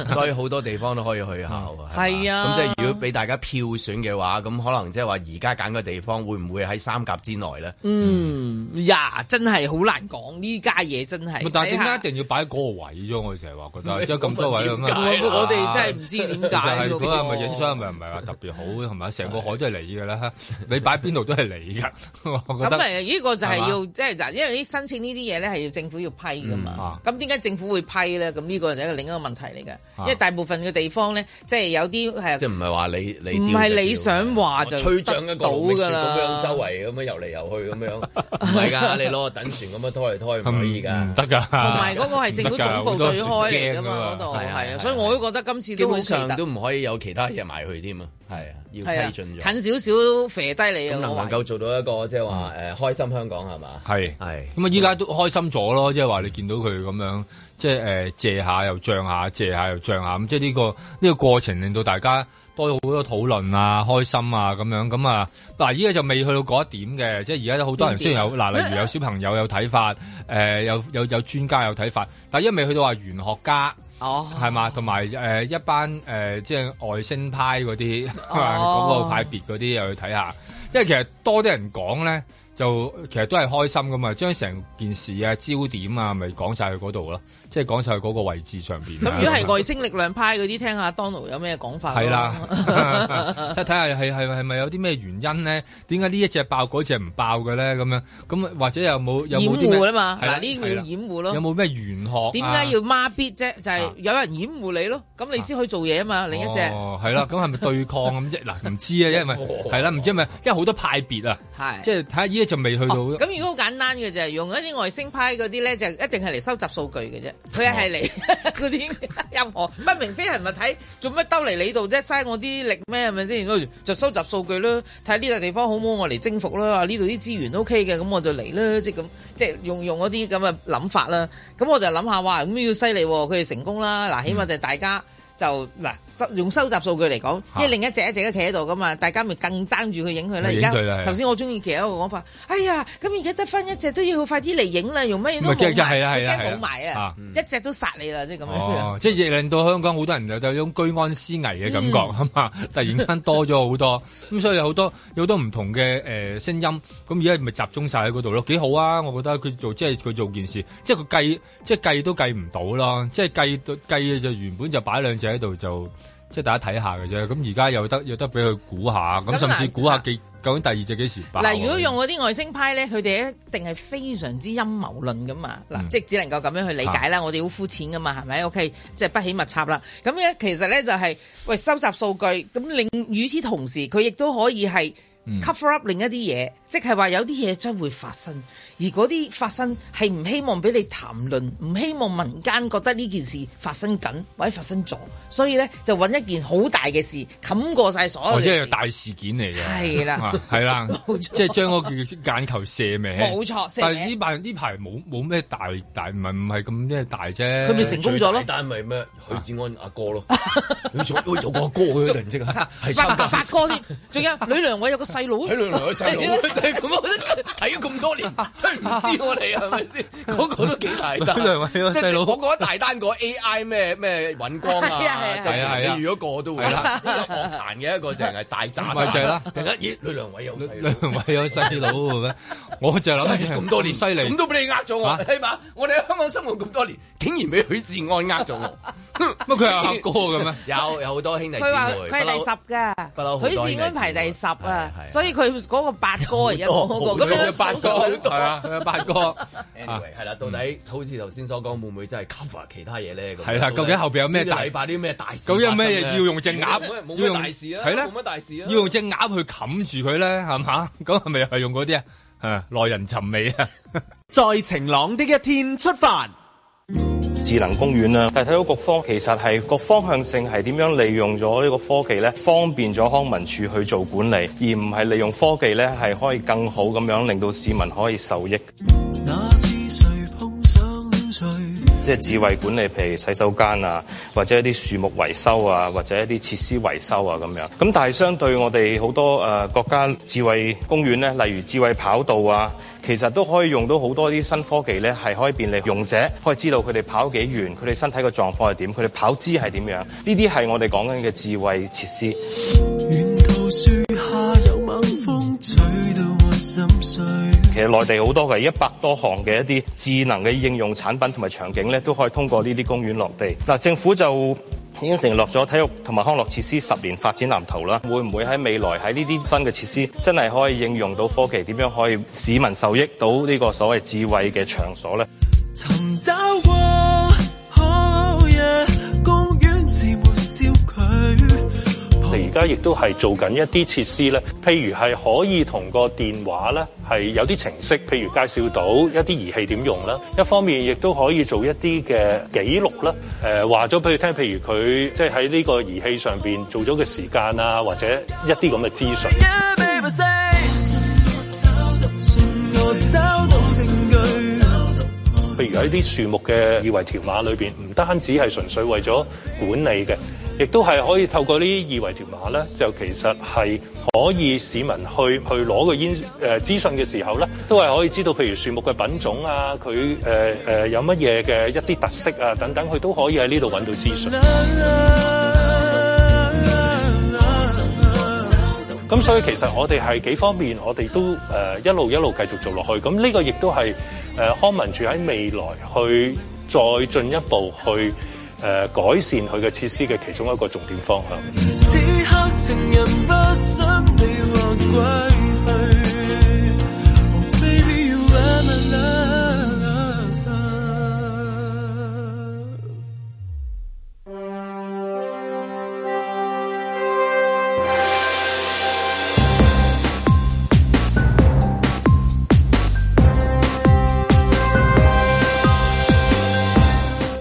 B: 所以好多地方都可以去下喎。係嘛
D: 係啊
B: 嗯咁即係如果俾大家票選嘅話，咁可能即係話而家揀嘅地方會唔會喺三甲之內咧？
D: 嗯呀，真係好難講呢家嘢，真係。
C: 但係點
D: 睇
C: 解
D: 下
C: 一定要擺喺嗰個位啫？我哋成日話覺
D: 唔
C: 得，
D: 係
C: 即係咁多位咁
D: 點解
C: 啊
D: 啊我哋真係唔知點解
C: 其實係
D: 喎
C: 嗰日咪影相，咪唔係話特別好，同埋成個海都係你㗎 啦。你擺邊度都係你㗎，我覺
D: 咁
C: 得。
D: 誒，呢個就係
C: 係
D: 要
C: 嘛
D: 即係嗱，因為啲申請呢啲嘢咧係要政府要批噶
C: 嗯
D: 嘛
C: 啊。
D: 咁點解政府會批咧？咁呢個就係一個另一個問題嚟嘅，因為大部分嘅地方咧，即係有啲
B: 即
D: 係啊
B: 係唔係話你你
D: 唔係你想話就
B: 啊吹漲一個
D: 到
B: 紅色
D: 㗎
B: 船咁
D: 啦
B: 樣，。周圍咁樣游嚟游去咁樣，唔係㗎，你攞個等船咁樣拖嚟拖去唔可以㗎，唔
C: 嗯得㗎。
D: 同
B: 啊
D: 埋嗰個係政府總部對開嚟㗎嘛，嗰度
B: 係啊
D: 係
B: 係
D: 啊，
B: 啊
D: 所以我都覺得今
B: 基
D: 次都好
B: 本
D: 奇特
B: 上都唔可以有其他嘢埋去添啊，係啊，要
D: 係啊
B: 批進咗。
D: 近少少肥低你
B: 咁
D: 啊！
B: 能唔
D: 我
B: 能
D: 懷疑
B: 夠做到一個即係話誒開心香港係嘛？
C: 係
B: 係
C: 咁啊！依家都開心咗咯，即係話你見到佢咁樣，即係誒借下又漲下，借下又漲下，咁即係呢個呢、個過程令到大家多咗好多討論啊、開心啊咁樣咁啊！嗱，依家就未去到嗰一點嘅，即係而家好多人
B: 邊點
C: 雖然有嗱，例如有小朋友有睇法，誒、呃有有有專家有睇法，但係因為未去到話玄學家。
D: 哦，
C: 係嘛？同埋誒一班誒、呃即係外星派嗰啲，嗰、
B: 哦
C: 個派別 嗰啲又去睇下，因為其實多啲人講咧，就其實都係開心噶嘛，將成件事啊、焦點啊，咪講晒去嗰度咯，即係講晒去嗰個位置上邊。啊
D: 咁如果係外星力量派嗰啲，聽下 Donald 有咩講法咯？
C: 係啦， 睇睇下係係係咪有啲咩原因咧？點解呢一隻爆嗰隻唔爆嘅咧？咁樣咁或者有冇有
D: 掩
C: 冇啲咩
D: 護啦嘛，
C: 係啦
D: 嗱呢個
C: 係啦
D: 掩護咯。
C: 有冇咩玄學啊？
D: 點解要孖必啫？就係有人掩護你咯，咁你先可以做嘢啊嘛。另一隻
C: 哦，係啦，咁 係咪對抗咁啫？嗱，唔知啊，因為係啦，唔知係咪因為好多派別啊，
D: 係哦
C: 即係睇下呢一隻就未 去到。
D: 咁如果好簡單嘅啫，用一啲外星派嗰啲咧，就一定係嚟收集數據嘅啫。佢係嚟嗰啲任何不明飛行物體，做乜兜嚟你度啫？嘥我啲力咩？係咪先？跟住就收集數據啦，睇下呢個地方好唔好，我嚟征服啦。啊呢度啲資源 O K 嘅，咁我就嚟啦。即係咁，即係用用嗰啲咁嘅諗法啦。咁我就諗下，哇！咁要犀利喎，佢哋成功啦。嗱，起碼就係大家。就嗱收用收集數據嚟講，因為另一隻一隻都企喺度噶嘛，大家咪更爭住去影佢啦。
C: 咪
D: 而
C: 影佢啦
D: 家
C: 係
D: 頭先我中意其中一個講法，哎呀，咁而家得翻一隻都要快啲嚟影啦，用咩都
C: 咪啊
D: 冇
C: 即係
D: 埋，
C: 係啦係啦
D: 驚
C: 係啦
D: 冇埋啊
C: 啊，
D: 一隻都殺你啦，即係咁樣。
C: 哦，即係令到香港好多人有有種居安思危嘅感覺
D: 嗯
C: 啊嘛，突然間多咗好多，咁所以有好多有好多唔同嘅誒、呃、聲音，咁而家咪集中晒喺嗰度咯，幾好啊！我覺得佢做即係佢做件事，即係佢計即係計都計唔到咯，即係計到計嘅就原本就擺兩隻喺度就即係大家睇下嘅啫，咁而家有得有得俾佢估下，咁
D: 咁
C: 甚至
D: 嗱
C: 估下幾究竟第二隻幾時爆啊。
D: 嗱，如果用嗰啲外星派咧，佢哋一定係非常之陰謀論噶嘛，嗱、
C: 嗯啊
D: 即係只能夠咁樣去理解啦。我哋好膚淺噶嘛，係咪？OK，即係不起物插啦。咁咧其實咧就係、喂收集數據，咁另與此同時，佢亦都可以係
N: 嗯
D: cover up 另一啲嘢，即係話有啲嘢將會發生，而嗰啲發生係唔希望俾你談論，唔希望民間覺得呢件事發生緊或者發生咗，所以咧就揾一件好大嘅事冚過晒所有
C: 哦，
D: 嘅
C: 即
D: 事。
C: 係大事件嚟嘅，
D: 係啦
C: 啊係啦，
D: 冇錯
C: 即係將嗰個眼球射歪，
D: 冇錯射
C: 但
D: 歪
C: 係呢排呢排冇冇咩大大，唔係唔係咁咩大啫。
D: 佢咪成功咗咯
B: 最大單咪咩？許志安阿哥咯，佢做喂有個阿哥佢突然之間係
D: 八
B: 參
D: 八
B: 加。
D: 八 哥添，仲有呂良偉有個細佬，啊
B: 喺兩兩細佬，就係咁，我覺得睇咗咁多年，真係唔知我哋係咪先？嗰哎個都幾大 單，
C: 呂良 偉個細佬
B: 我覺得大單過 AI 咩咩尹光啊
C: 係啊係啊，
B: 就
C: 係啊係啊
B: 你如果個都會
C: 係啦
B: 啦，呢個樂壇嘅一個就係大賺，
C: 咪就係 啦
B: 突然間咦，呂良偉有細佬
C: 兩，位有細佬嘅咩？我就諗
B: 咁多年
C: 犀利，
B: 咁都俾你呃咗我
C: 啊，
B: 係嘛？我哋喺香港生活咁多年，竟然俾許志安呃咗我，
C: 乜佢有阿哥嘅咩？
B: 有有好多兄弟姊
D: 佢話
B: 妹，
D: 佢係第十
B: 不嬲好
D: 㗎，
B: 多
D: 許志安排第十啊，所以佢嗰個八哥而家
B: 好
D: 講
B: 多
D: 嗰個
B: 好
D: 咁
B: 多
D: 樣
B: 八哥
D: 數數
C: 係啊，佢有八哥啊嗯
B: Anyway，係啦，到底好似頭先所講，會唔會真係 cover 其他嘢咧？咁
C: 係啦
B: 到底
C: 究竟後邊有咩
B: 呢個
C: 大
B: 禮拜啲咩大事發
C: 咁
B: 生咧？
C: 有咩嘢要用隻鴨？
B: 冇
C: 要
B: 咩
C: 用
B: 大事啊？
C: 係啦
B: 冇乜大事啊？
C: 要用隻鴨去冚住佢咧，係嘛？ 咁係咪又係用嗰啲啊？誒，耐人尋味啊！
E: 在晴朗的一天出發。
O: 智能公園啦，但係睇到局方其實係個方向性係點樣利用咗呢個科技咧，方便咗康文署去做管理，而唔係利用科技咧係可以更好咁樣令到市民可以受益。
I: 那是誰碰上了誰？
O: 即係智慧管理，譬如洗手間啊，或者一啲樹木維修啊，或者一啲設施維修啊咁樣。咁但係相對我哋好多誒、呃、國家智慧公園咧，例如智慧跑道啊，其實都可以用到好多啲新科技咧，係可以便利用者，可以知道佢哋跑幾遠，佢哋身體嘅狀況係點，佢哋跑姿係點樣。呢啲係我哋講緊嘅智慧設施。
I: 桃樹下有猛風吹到我心碎。
O: 其實內地好多嘅一百多項嘅一啲智能嘅應用產品同埋場景咧，都可以通過呢啲公園落地。嗱，政府就已經承諾咗體育同埋康樂設施十年發展藍圖啦。會唔會喺未來喺呢啲新嘅設施真係可以應用到科技？點樣可以市民受益到呢個所謂智慧嘅場所咧？
I: 尋找過可一公園，自沒焦距。
P: 我哋而家亦都係做緊一啲設施咧，譬如係可以同個電話咧係有啲程式，譬如介紹到一啲儀器點用啦。一方面亦都可以做一啲嘅記錄啦，誒話咗俾佢聽，譬如佢即係喺呢個儀器上邊做咗嘅時間啊，或者一啲咁嘅資訊。
I: Yeah, baby, say 信我找到證據。
P: 譬如喺啲樹木嘅二維條碼裏邊，唔單止係純粹為咗管理嘅，亦都係可以透過呢啲二維條碼咧，就其實係可以市民去去攞個煙誒、呃、資訊嘅時候咧，都係可以知道譬如樹木嘅品種啊，佢誒誒有乜嘢嘅一啲特色啊等等，佢都可以喺呢度揾到資訊。咁所以其實我哋係幾方面，我哋都誒、呃一路一路繼續做落去。咁呢個亦都係誒康文署喺未來去再進一步去誒、呃改善佢嘅設施嘅其中一個重點方向。
I: 此刻情人不准你或歸去。Oh baby, you are my love.
B: 咁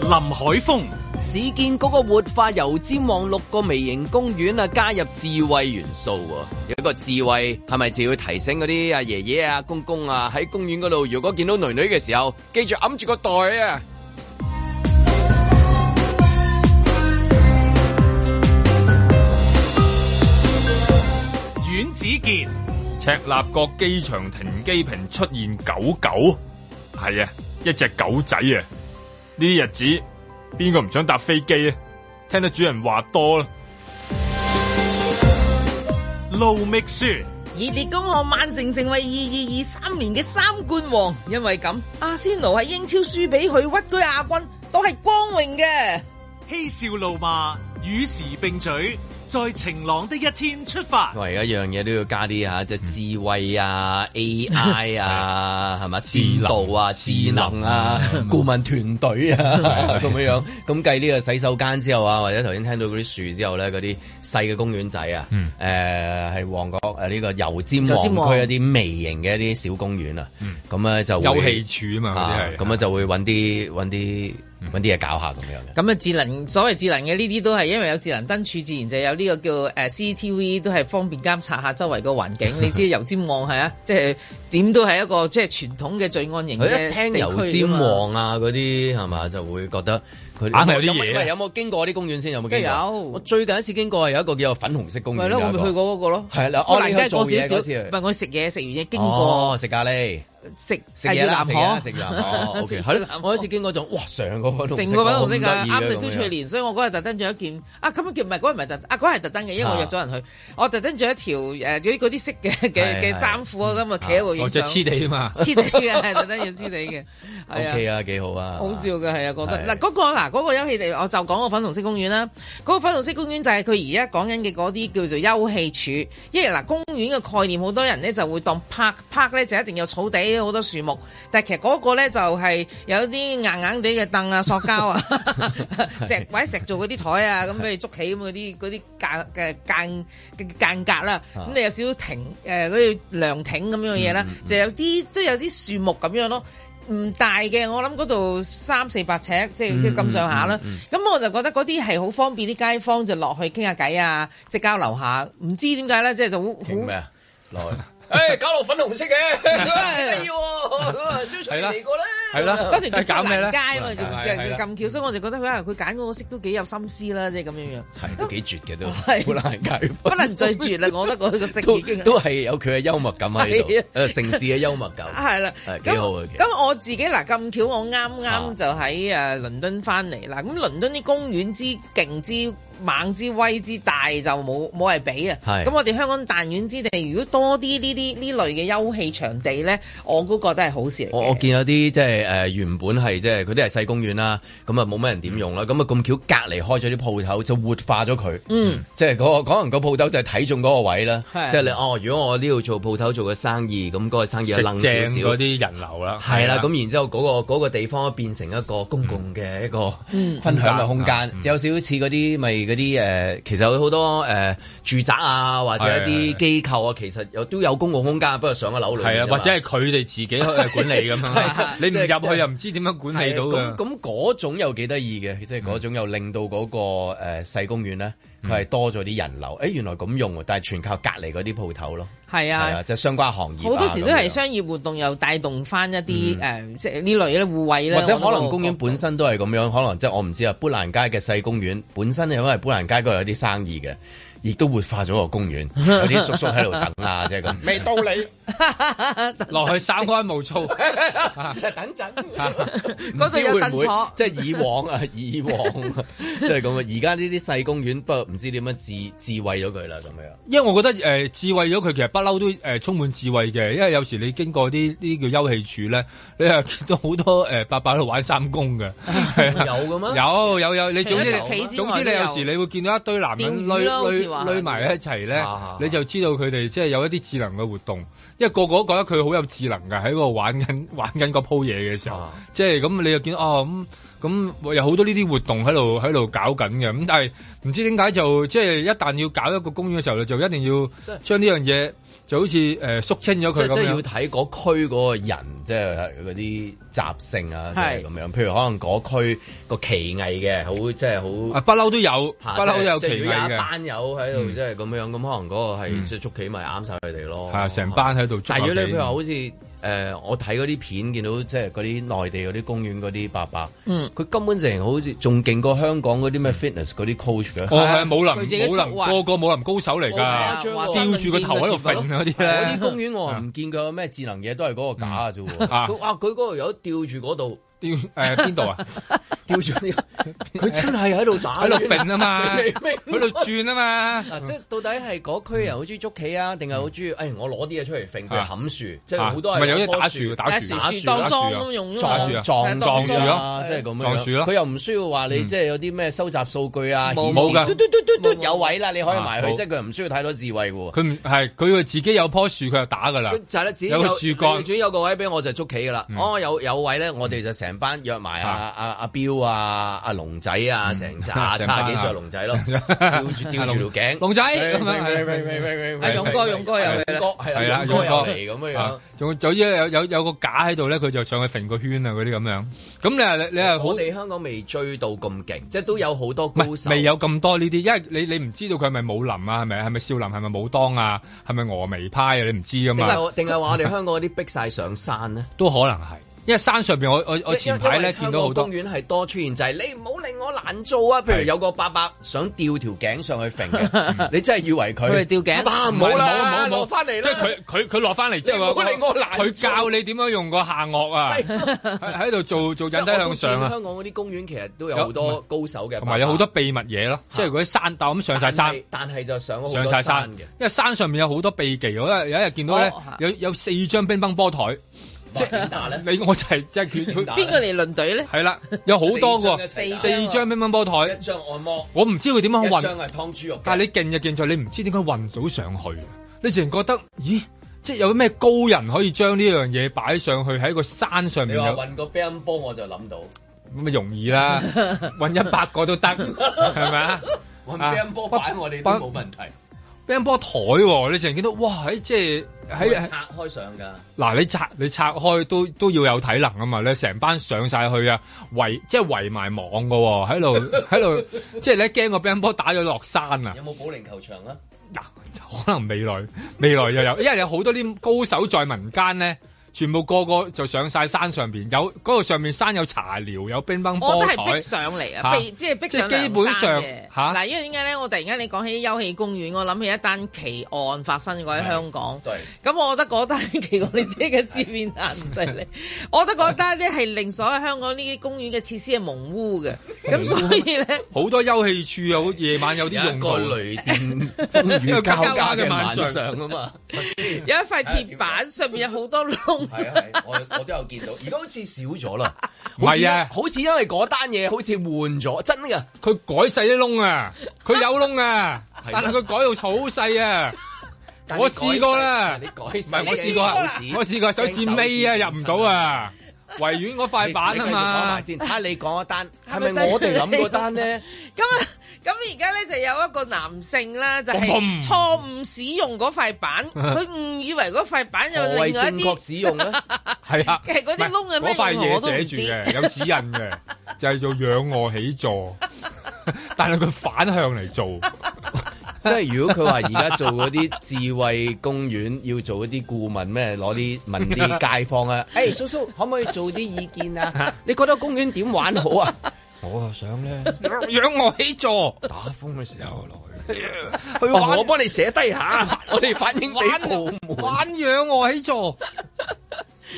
A: 海峰。
N: 市建嗰個活化油尖旺六個微型公園啊，加入智慧元素喎。有一個智慧係咪就要提醒嗰啲阿爺爺啊、公公啊喺公園嗰度，如果見到女女嘅時候，記住揞住個袋啊！
A: 阮子健、
C: 赤鱲角機場停機坪出現狗狗，係啊，一隻狗仔啊！呢啲日子邊個唔想搭飛機啊？聽得主人話多啦。
A: 路覓書。
D: 熱烈恭賀曼城成為二二二三年嘅三冠王，因為咁，阿仙奴喺英超輸俾佢屈居亞軍，都係光榮嘅。
A: 嬉笑怒罵，與時並舉，在晴朗的一天出發。
B: 我而家樣嘢都要加啲嚇，即係智 慧啊、AI 啊，係咪智道啊、智能啊、顧問團 隊啊
I: 係
B: 咁樣樣。咁計呢個洗手間之後啊，或者頭先聽到嗰啲樹之後咧，嗰啲細嘅公園仔啊，
C: 嗯
B: 誒係旺角誒呢個油尖
C: 油
B: 旺
C: 尖旺
B: 區一啲微型嘅一啲小公園啊，咁咧就會
C: 有嗯戲處啊嘛嗰啲係嗯
B: 啊咁咧就會揾啲揾啲揾啲嘢搞下咁樣嘅。
D: 咁啊，智能所謂智能嘅呢啲都係因為有智能燈柱，自然就有呢個叫呃誒 CCTV，都係方便監察下周圍個環境。 你知油尖旺係啊，即係點都係一個即係傳統嘅罪案型
B: 佢
D: 嘅
B: 一聽油
D: 地區㗎
B: 尖
D: 嘛
B: 旺啊嗰啲係嘛，就會覺得佢
C: 硬係有啲
B: 喂
C: 嘢啊
B: 喂有冇經過啲公園先？有冇經過？
D: 有
B: 我最近一次經過係有一個叫粉紅色公園。
D: 咪咯，我咪去。過嗰個咯。
B: 係啦
D: 我
B: 哦
D: 難
B: 你
D: 得
B: 去
D: 過
B: 做
D: 少
B: 嘢
D: 少，
B: 嗰次
D: 唔係我食嘢，食完嘢經
B: 哦
D: 過，
B: 食咖喱。
D: 食
B: 食
D: 啊
B: 嘢啦，食
D: 越
B: 嘢啦，
D: 南
B: 食
D: 河
B: 越南河。O K，係咯，我有一次經過就哇，成個粉紅色，
D: 成個粉紅色
B: 㗎，
D: 㗎，啊啱食
B: 啊
D: 蕭翠蓮，所以我嗰日特登着一件啊，咁叫唔係嗰日唔係特啊，嗰日係特登嘅，因為我約咗人去，我特登着一條誒嗰啲嗰啲色 嘅嘅
B: 係
D: 嘅衫褲啊，咁啊企喺度影
B: 哦即係
D: 相，
B: 黐地啊嘛
D: 黐地嘅係特登要黐地 嘅，
B: O
D: 係
B: K
D: 啊。
B: 啊，幾好啊，
D: 好笑嘅係啊，覺
B: 係
D: 得嗱嗰個嗱嗰個休憩地，我就講個粉紅色公園啦。嗰個粉紅色公園就係佢而家講緊嘅嗰啲叫做休憩處，因為嗱公園嘅概念好多人咧就會當 park park 咧就一定有草地好多樹木，但係其實嗰個咧就係有啲硬硬地嘅凳啊、塑 膠啊、石或者石做嗰啲台啊，咁俾你捉起咁嗰啲嗰啲間嘅間嘅間隔啦。
K: 啊
D: 咁你有少少亭誒嗰啲涼亭咁樣嘅嘢啦，就有啲都有啲樹木咁樣咯。唔大嘅，我諗嗰度三四百尺，即係即係咁上下啦。咁、
K: 嗯嗯
D: 我就覺得嗰啲係好方便啲街坊就落去傾下偈啊，即係交流下。唔知點解咧，即係就好
B: 傾咩啊？ 落去。
D: 誒搞到粉紅色嘅啊
B: 係啦
D: 係
B: 係
D: 啦
B: 啦，
D: 嗰條叫
B: 搞
D: 德
B: 咩咧
D: 蘭街啊嘛，
B: 係係
D: 就
B: 啦
D: 就咁巧，所以我就覺得佢啊，佢揀嗰個色都幾有心思啦，即係咁 樣樣，
B: 係都幾絕嘅都，
D: 係
B: 好難解。
D: 不能再絕啦，我覺得嗰個色
B: 都
D: 已經
B: 都係有佢嘅幽默感喺
D: 係啊
B: 度，誒城市嘅幽默感。
D: 係啦，
B: 係幾
D: 咁
B: 好啊其實
D: 咁我自己嗱咁巧，我啱
B: 啊
D: 啱就喺誒倫敦翻嚟啦。咁倫敦啲公園之勁之猛之威之大就冇冇係比啊。
K: 係
D: 咁我哋香港彈丸之地，如果多啲呢啲呢類嘅休憩場地咧，我都覺得係好事嚟嘅。
B: 我我見有啲即係誒原本係即係佢啲係細公園啦，咁啊冇乜人點
C: 嗯
B: 用啦，咁啊咁巧隔離開咗啲鋪頭就活化咗佢，
D: 嗯，
B: 即係嗰個可能個鋪頭就係睇中嗰個位啦，
C: 係
B: 即係你哦，如果我呢度做鋪頭做嘅生意，咁嗰個生意就
C: 食
B: 楞
C: 正
B: 少
C: 嗰
B: 少。
C: 啲人流啦，啊
B: 係啦，咁然之後嗰個嗰個地方變成一個公共嘅一個
C: 嗯
B: 分享嘅空間，有少少似嗰啲咪嗰啲誒，其實有好多誒住宅啊，或者一啲機構啊，其實有都有公共空間，不過上個樓裏
C: 係
B: 面
C: 啊，
B: 啫嘛
C: 或者 係佢哋自己去管理咁 樣，你唔入去又唔知點樣管理到
B: 係
C: 㗎嗯
B: 啊咁。咁嗰種又幾得意嘅，即係嗰種又令到嗰、個誒、呃、細公園咧，
C: 嗯
B: 佢係多咗啲人流。誒、原來咁用喎，但係全靠隔離嗰啲鋪頭咯。
D: 係啊
B: 係啊，即係相關行業啊。
D: 好多時都係
B: 咁樣嗯
D: 商業活動又帶動翻一啲誒，即係呢類咧互惠啦，
B: 或者
D: 我都
B: 可能公園本身都係咁樣，可能即係我唔知啊。砵蘭街嘅細公園本身因為砵蘭街嗰度有啲生意嘅，亦都活化咗個公 園，有啲叔叔喺度等 啊，即係咁。未
C: 到你 落去三安無躁，
B: 等陣，
D: 嗰度有 凳坐
B: 即係以往啊，以往啊 即係咁啊。而家呢啲細公園，不過唔知點樣智智慧咗佢啦，咁樣。
C: 因為我覺得誒、呃智慧咗佢其實不嬲都誒、呃充滿智慧嘅，因為有時你經過啲呢啲叫休憩處咧，你又見到好多誒、呃伯伯喺度玩三公嘅， 係啊
B: 有嘅咩
C: 有有有，你
B: 除咗
C: 總之
B: 棋之外
C: 總之你
B: 都有
C: 有時你會見到一堆男人
B: 釣魚
C: 累
B: 啦好
C: 累
B: 似話
C: 累埋一齊咧
B: 啊，
C: 你就知道佢哋即係有一啲智能嘅活動，因為個個都覺得
B: 啊
C: 佢好有智能㗎，喺嗰度玩緊玩緊嗰鋪嘢嘅時候，即係咁你又見到哦咁。咁有好多呢啲活動喺度喺度搞緊嘅。咁但係唔知點解就即係一旦要搞一個公園嘅時候咧，就一定要將呢樣嘢就好似誒、呃、肅清咗
B: 即
C: 佢
B: 係
C: 咁
B: 即係要
C: 樣。
B: 睇嗰區嗰個人，即係嗰啲習性啊，即係
C: 係
B: 咁樣。譬如可能嗰區個奇藝嘅，好即係好
C: 啊不嬲都有
B: 嚇
C: 不嬲都有
B: 即係
C: 奇
B: 如果有
C: 藝嘅
B: 一班友喺度，
C: 嗯
B: 即係咁樣，咁可能嗰個係即係捉棋咪啱晒佢哋咯。
C: 係啊成班喺度捉
B: 但係如果你
C: 棋
B: 譬如話好似誒，呃我睇嗰啲片見到即係嗰啲內地嗰啲公園嗰啲伯伯，
D: 嗯
B: 佢根本成好似仲勁過香港嗰啲咩 fitness 嗰啲 coach 嘅。
C: 嗯哦，係啊武
B: 佢
C: 林
B: 自己
C: 武
B: 捉
C: 林
B: 啊
C: 個個武林高手嚟㗎，
B: 照
C: 吊住個頭喺度揈啊嗰啲
B: 嗰
C: 咧
B: 啲。公園我唔見佢有咩智能嘢，都係嗰個架嘅啫喎。
C: 啊
B: 佢哇，佢嗰度有吊住嗰度。
C: 吊誒邊度啊？
B: 吊住呢個佢真係喺度打
C: 喺度揈啊嘛
B: 你明唔明
C: 喺度轉啊嘛
B: 嗱，即係到底係嗰區人好中意捉棋啊，定係好中意？誒，我攞啲嘢出嚟揈，譬如
C: 啊
B: 冚樹，即係
C: 啊
B: 好多係
C: 咪有啲
B: 攞棵
C: 打樹打樹打樹啊
B: 打
C: 當裝咁用咗嘛
B: 撞撞
C: 撞
B: 樹
C: 樹
B: 啊
C: 咯
B: 即係咁樣。
C: 撞樹咯嗯
B: 佢又唔需要話你即係有啲咩收集數據啊，
C: 冇
B: 顯
C: 冇
B: 示
C: 㗎啊
B: 嘟嘟嘟嘟嘟有位啦，你可以埋去，
C: 冇
B: 即係佢唔需要太多智慧喎。
C: 佢唔係佢會自己有棵樹，佢就打㗎啦。
B: 佢就係咧，自己
C: 有個樹幹嗯
B: 佢。總之有個位俾我就捉棋噶啦。哦，有有位咧，我哋就成班約埋
C: 啊
B: 阿阿阿彪啊、阿龍仔啊，成扎
C: 嗯成
B: 差
C: 班
B: 幾歲
C: 啊
B: 龍仔咯， 吊住吊住條頸。
C: 龍仔
B: 喂
C: 咁
B: 喂
C: 樣
B: 喂喂喂喂喂
D: 阿勇哥勇哥又嚟
B: 勇
D: 啦
B: 哥係
C: 係
B: 啦，
C: 啦，有
B: 勇哥
C: 個
B: 又嚟咁樣樣
C: 啊。仲仲有有有有個架喺度咧，佢就上去揈個圈啊，嗰啲咁樣。咁你係你你係好
B: 我哋香港未追到咁勁，即係都有好多
C: 唔
B: 高手
C: 係。未有咁多呢啲，因為你你唔知道佢係咪武林啊，係咪係咪少林，係咪武當啊，係咪峨眉派啊，你唔知噶
B: 定係
C: 嘛。
B: 定係話我哋香港嗰啲逼晒上山咧？
C: 都可能係，因為山上邊我我我前排
B: 因為
C: 咧見到好多
B: 香港公。園係多出現就係你唔好令我難做啊！譬如有個伯伯想吊條頸上去揈 嘅，你真係以為佢
D: 佢係吊頸
B: 啊唔好啦，落翻嚟啦，
C: 即係佢佢佢落翻嚟之後，
B: 你唔好令我難
C: 佢教你點樣用個下颚啊，
B: 係
C: 喺喺度做做引體向上啊，
B: 香港嗰啲公園其實都有好多高手嘅，
C: 同埋有好多秘密嘢咯，即係嗰啲山竇咁上晒山。
B: 但係就上啊咗好
C: 上
B: 多
C: 晒山
B: 嘅
C: 因。為山上面有好多秘技。我有一日見到咧
D: 哦，
C: 有有四張乒乓波台，即
B: 係打咧？
C: 你我就係即係 佢佢
D: 邊個嚟輪隊咧？
C: 係啦，有好多
B: 啊四張一
C: 個
B: 齊打
C: 四張乒乓波台
B: 一，張按摩，
C: 我唔知佢點樣
B: 一張
C: 運，
B: 係湯豬肉，
C: 但係你勁就勁在你唔知點解運到上去，啊你自然覺得咦，即係有咩高人可以將呢樣嘢擺上去喺個山上
B: 你
C: 面
B: 話
C: 有啊
B: 運個乒乓波我就諗到。
C: 咁咪容易 啦，運一百個都得，係咪啊？
B: 揾乒乓波板我哋都冇問題，
C: 乒乓波台喎，你成日見到哇，喺即係
B: 喺
C: 喺。
B: 拆開上㗎。
C: 嗱，你拆你拆開都都要有體能啊嘛！你成班上晒去啊，圍即係圍埋網噶喎、喺 度喺度，即係你驚個乒乓波打咗落山啊！
B: 有冇保齡球場啊？
C: 可能未來未來又有，因為有好多啲高手在民間咧，全部個個就上晒山上邊，有嗰度上面山有茶寮，有乒乓
D: 我
C: 波台，
D: 覺得係逼上嚟啊，
C: 嚇
D: 逼即係逼上
C: 即係基本上
D: 嚇。嗱，因為點解咧？我突然間你講起休憩公園，我諗起一單奇案發生過喺香港。
B: 對，
D: 咁我覺得嗰單奇案你自己嘅知面啊，唔犀利。我覺得嗰單咧係令所有香港呢啲公園嘅設施係蒙污嘅，咁所以咧。
C: 好多休憩處有夜晚有啲用途，啊
B: 有一個雷 電
C: 風
B: 雨交加嘅晚上啊嘛，
D: 有一塊鐵板上面有好多窿，
B: 係啊係，我我都有見到，而家好似少咗啦，
C: 唔係啊
B: 好似因為嗰單嘢好似換咗，真㗎。
C: 佢改細啲窿啊，佢有窿啊，但係佢改到好細啊。
B: 但係
C: 我
B: 你改細
C: 試過啦，
B: 你改
C: 唔
B: 細
C: 係我
B: 你
C: 試過啊
B: 手指，
C: 我試過手指尾啊，入唔到啊，維園嗰塊板啊
B: 你繼續講
C: 嘛
B: 埋。先，睇下你講嗰單係
D: 係
B: 咪
D: 咪
B: 我哋諗嗰單咧？
D: 咁啊，咁而家咧就有一個男性啦，就係
B: 砰砰
D: 錯誤使用嗰塊板，佢誤以為嗰塊板有
B: 何
D: 另
B: 謂
D: 外一
B: 正確
D: 啲，
B: 使用咧？
C: 係啊，
D: 其實嗰啲窿係咩
C: 嗰塊
D: 用我都唔
C: 嘢寫住嘅，有指引嘅，就係做仰卧起坐，但係佢反向嚟做。
B: 即係如果佢話而家 做嗰啲智慧公園，要做一啲顧問咩，攞啲問啲街坊啊，誒、叔叔可唔可以做啲意 見啊？你覺得公園點玩好啊？
C: 我啊想咧， 仰卧起坐，打風嘅時候落去，去
B: 哦
C: 玩
B: 我幫你寫低下， 我哋反映俾部門。
C: 玩仰卧起 坐，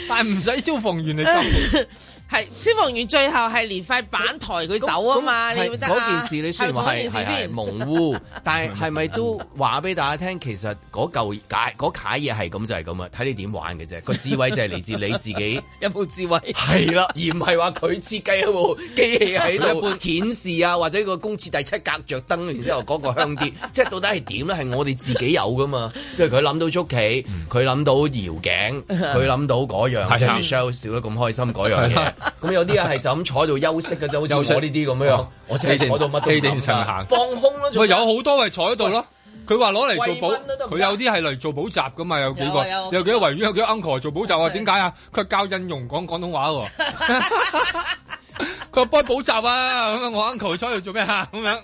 C: 但係唔使消防員嚟執。
D: 係消防員最後係連塊板抬佢走啊嘛，你
B: 係
D: 會得啊
B: 嗰件事，你雖然話係
D: 係咪
B: 係
D: 做嗰件事
B: 係
D: 先
B: 蒙 污，但係係咪都話俾大家聽？其實嗰嚿解嗰楷嘢係咁就係咁啊，睇你點玩嘅啫。個智慧就係 嚟自你自己。
D: 有冇智慧？
B: 係啦，而唔係話佢設計一 部機器喺度顯示啊，或者個公廁第七格着燈，然之後嗰個香 啲，即係到底係點咧？係我哋自己有噶嘛？因為佢諗到捉棋，
D: 啊
B: 佢諗到搖頸，佢諗到嗰樣，即係 Michelle 笑得咁開心嗰樣嘢，咁有啲啊係就咁坐喺度休息嘅啫，好
C: 休息
B: 似我呢啲咁樣，我真係坐到乜都
C: 氣
B: 唔
C: 定
B: 諗
C: 神
B: 㗎
C: 閒
B: 放空咯，
C: 喂，有好多係坐喺度咯。佢話攞嚟做
B: 慰
C: 補，
B: 問都得唔得
C: 佢有啲係嚟做補習噶嘛，有幾
B: 有
C: 個
B: 啊有啊，
C: 有幾個維園，有幾個 uncle 做補習啊？點解啊？佢教印容講廣東話 喎。 佢話幫人補習啊，咁樣我 uncle 坐喺度做咩啊？咁 樣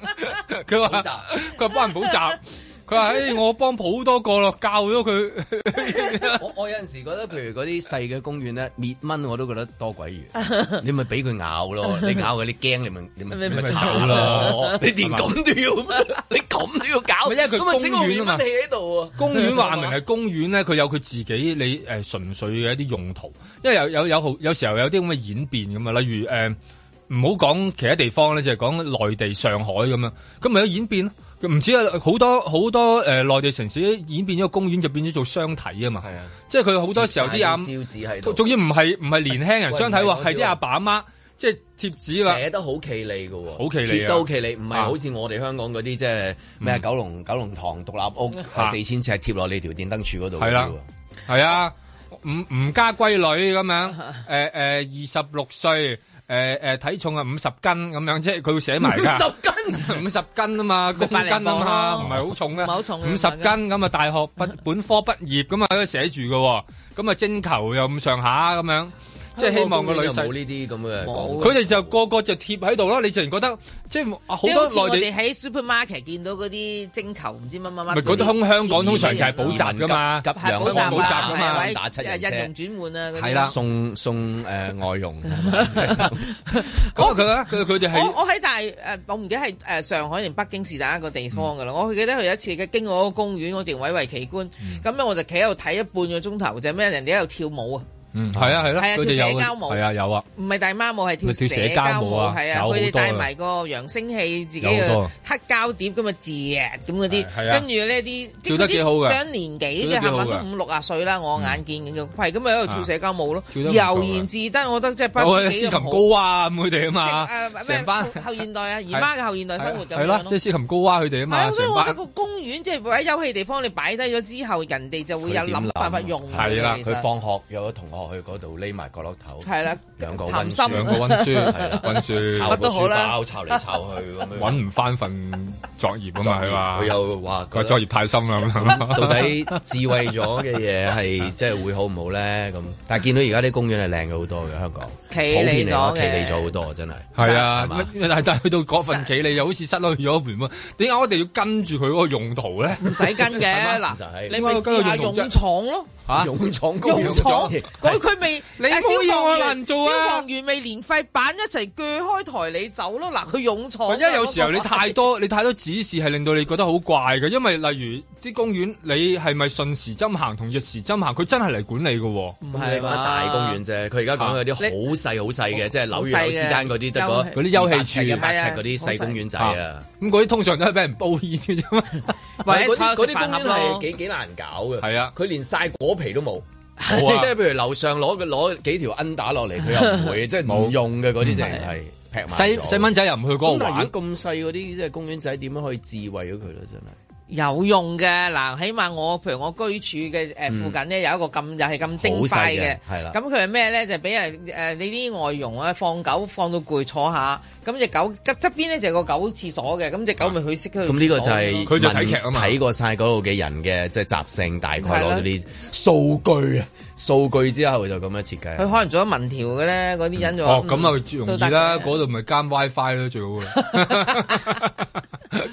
C: 佢話佢話幫人補習，佢話誒我幫好多個咯，教咗佢。
B: 我我有陣時覺得，譬如嗰啲細嘅公園咧，滅蚊我都覺得多鬼 魚。你咪俾佢咬咯，你咬佢你驚，你咪你咪
N: 你咪
B: 你咪
N: 走啦
B: 走 咯。你連咁都要咩？你咁都要搞？
N: 因為佢
B: 咁咪整個
C: 公園啊嘛
B: 滅蚊器喺度啊！
C: 公園 話明係公園咧，佢有佢自己你誒、呃、純粹嘅一啲用途，因為有有有好有時候有啲咁嘅演變咁啊，例如誒唔好講其他地方咧，就係講內地上海咁樣，咁咪有演變咯。佢唔止啊，好多好多誒、呃、內地城市演變咗公園就變咗做商體啊嘛，係啊，即係佢好多時候啲阿
B: 貼晒啲招紙喺度
C: 仲要唔係唔係年輕人相睇
B: 喂唔係
C: 喎，
B: 嗰啲
C: 係啲阿爸阿媽即係貼紙啦，
B: 寫得好企理嘅喎，
C: 好企理啊
B: 貼得好企理，唔係
C: 啊嗯
B: 好似我哋香港嗰啲即係咩啊九龍九龍塘獨立屋
C: 啊
B: 四千尺貼落你條電燈柱嗰度嗰啲
C: 係啦
B: 喎。
C: 係啊，吳吳家龜女咁樣，誒誒二十六歲，誒誒體重啊五十斤咁樣，即係佢會寫埋㗎。 五十斤，五十斤啊嘛，公斤啊嘛，唔係好重咧，五十斤咁啊，大學畢本科畢業咁啊，都寫住嘅喎，咁啊徵求又咁上下咁樣，即係希望個女
B: 香港公園有冇
C: 婿。
B: 呢啲咁嘅廣告
C: 佢哋就個個就貼喺度咯，你自然覺得即係啊好
D: 即係好似
C: 多
D: 我
C: 內地
D: 哋。喺 supermarket 見到嗰啲蒸球，唔知乜乜乜。
C: 咪嗰啲通香港通常就係補習噶嘛，
B: 急
D: 啊係補
C: 香
D: 習
C: 港補
D: 啊
C: 習噶嘛
D: 係，打七人車印用轉換啊嗰啲
B: 係啦，送送誒呃外傭。
C: 咁啊佢咧，佢佢哋
D: 我我喺大誒，我唔記得係誒上海定北京是但一個地方噶
C: 嗯
D: 啦。我記得佢有一次嘅經過嗰個公園，我仲蔚為奇觀。
C: 嗯
D: 咁咧我就企喺度睇一半個鐘頭，就咩人哋喺度跳舞啊！
C: 嗯，係啊係啦，
D: 係啊
C: 佢哋
D: 跳社
C: 有
D: 交舞
C: 係啊有啊。
D: 唔係大媽舞，係跳
C: 咪跳社
D: 社
C: 交
D: 交
C: 舞
D: 舞，
C: 啊
D: 係
C: 有
D: 啊，
C: 好
D: 佢哋
C: 多
D: 帶
C: 啦
D: 埋個揚聲器，自己
C: 有好多
D: 嘅黑膠碟咁啊，字咁嗰
C: 係
D: 啲，
C: 啊
D: 跟住呢啲即
C: 跳
D: 係
C: 得
D: 嗰
C: 幾好㗎
D: 啲上年
C: 跳
D: 紀嘅
C: 得幾
D: 係
C: 好
D: 咪
C: 㗎
D: 都五六啊歲啦？我眼見嘅，係咁咪喺度跳社交舞咯，
C: 嗯跳得唔啊錯㗎
D: 悠然自得，我覺得即係
C: 我
D: 不
C: 有
D: 知
C: 司
D: 幾
C: 琴
D: 咁好
C: 高啊咁佢哋啊嘛，
D: 即係
C: 成班
D: 誒後現代啊，姨媽嘅後現代生活 咁
C: 係
D: 樣
C: 啦，
D: 咯。
C: 即係司琴高啊佢哋啊嘛，
D: 係所以
C: 成
D: 我
C: 班
D: 覺得個公園即係喺休憩地方，你擺低咗之後，人哋就會有諗
C: 啊
D: 辦法用㗎。其實
B: 啊佢放學有個同學去嗰度匿埋角落頭，
D: 係啦
B: 兩個
D: 談
B: 温
D: 心
B: 書，
D: 兩個溫書
B: 係啦，
C: 溫 書
B: 抄
C: 乜
B: 個
C: 都好
B: 書
C: 啦
B: 包，抄嚟抄去咁 樣。
C: 揾唔翻份作業啊嘛，
B: 作業
C: 佢話
B: 佢又話
C: 佢話作業太深啦咁樣。
B: 到底智慧咗嘅嘢 係即係會好唔好咧？咁但係見到而家啲公園係靚咗好多嘅香港，
D: 企
B: 普遍
D: 理咗嘅
B: 嚟講企理咗好多真係。
C: 係啊
B: 係，嘛
C: 乜但但係去到嗰份企你又好似失去咗原本，點解我哋要跟住佢嗰個用途咧？
D: 唔使跟 嘅
C: 係嘛啊
D: 嗱
C: 唔使，
D: 你咪試下勇闖咯。
C: 嚇
B: 勇闖
C: 公園
D: 勇闖，佢佢未
C: 你唔好
D: 誒消
C: 要
D: 防
C: 我
D: 員
C: 難做啊
D: 消防員未連廢板一齊鋸開台你走咯。嗱，佢勇
B: 哦
D: 闖啊，
C: 因為有時候你
D: 嗰個
C: 太多你太多指示係令到你覺得好怪嘅，因為例如啲公園你係咪順時針行同逆時針行，佢真係嚟管理嘅喎。啊
B: 唔係嘛？大公園啫，佢而家講有啲好細啊好細嘅，即係樓與樓之間嗰啲得嗰
C: 嗰啲休憩處
B: 一百尺嗰啲啊細公園仔啊。！
C: 咁嗰啲通常都係俾人煲煙嘅 啫嘛，
B: 或者嗰啲嗰啲公園係幾幾難搞嘅，係
C: 啊，
B: 佢連晒果皮都冇。即
C: 冇啊
B: 係譬如樓上攞個攞幾條恩打落嚟，佢又 唔會，即係唔用嘅嗰啲，淨係劈埋咗。
C: 細細蚊仔又唔去嗰度
B: 咁但係
C: 玩
B: 如，果咁細嗰啲即係公園仔，點樣可以智慧咗佢咧？真係。
D: 有用嘅嗱，起碼我譬如我居住嘅誒附近咧有一個咁又係咁丁快嘅，
B: 好細嘅係啦
D: 咁佢係咩咧？就俾人誒你啲外傭啊放狗放到攰坐下，咁只狗側側邊咧就有個狗廁所嘅，咁只狗咪去識佢去廁所。
B: 咁呢個就係
C: 佢就睇劇啊嘛
B: 睇過晒嗰度嘅人嘅即係習性，大概攞到啲數據啊，數據之後就咁樣設計。
D: 佢可能做咗民調嘅咧，嗰啲人就話
C: 哦咁啊
D: 嗯
C: 容易
D: 都得
C: 啦，
D: 嘅
C: 嗰度咪監 WiFi 咯最好 啦。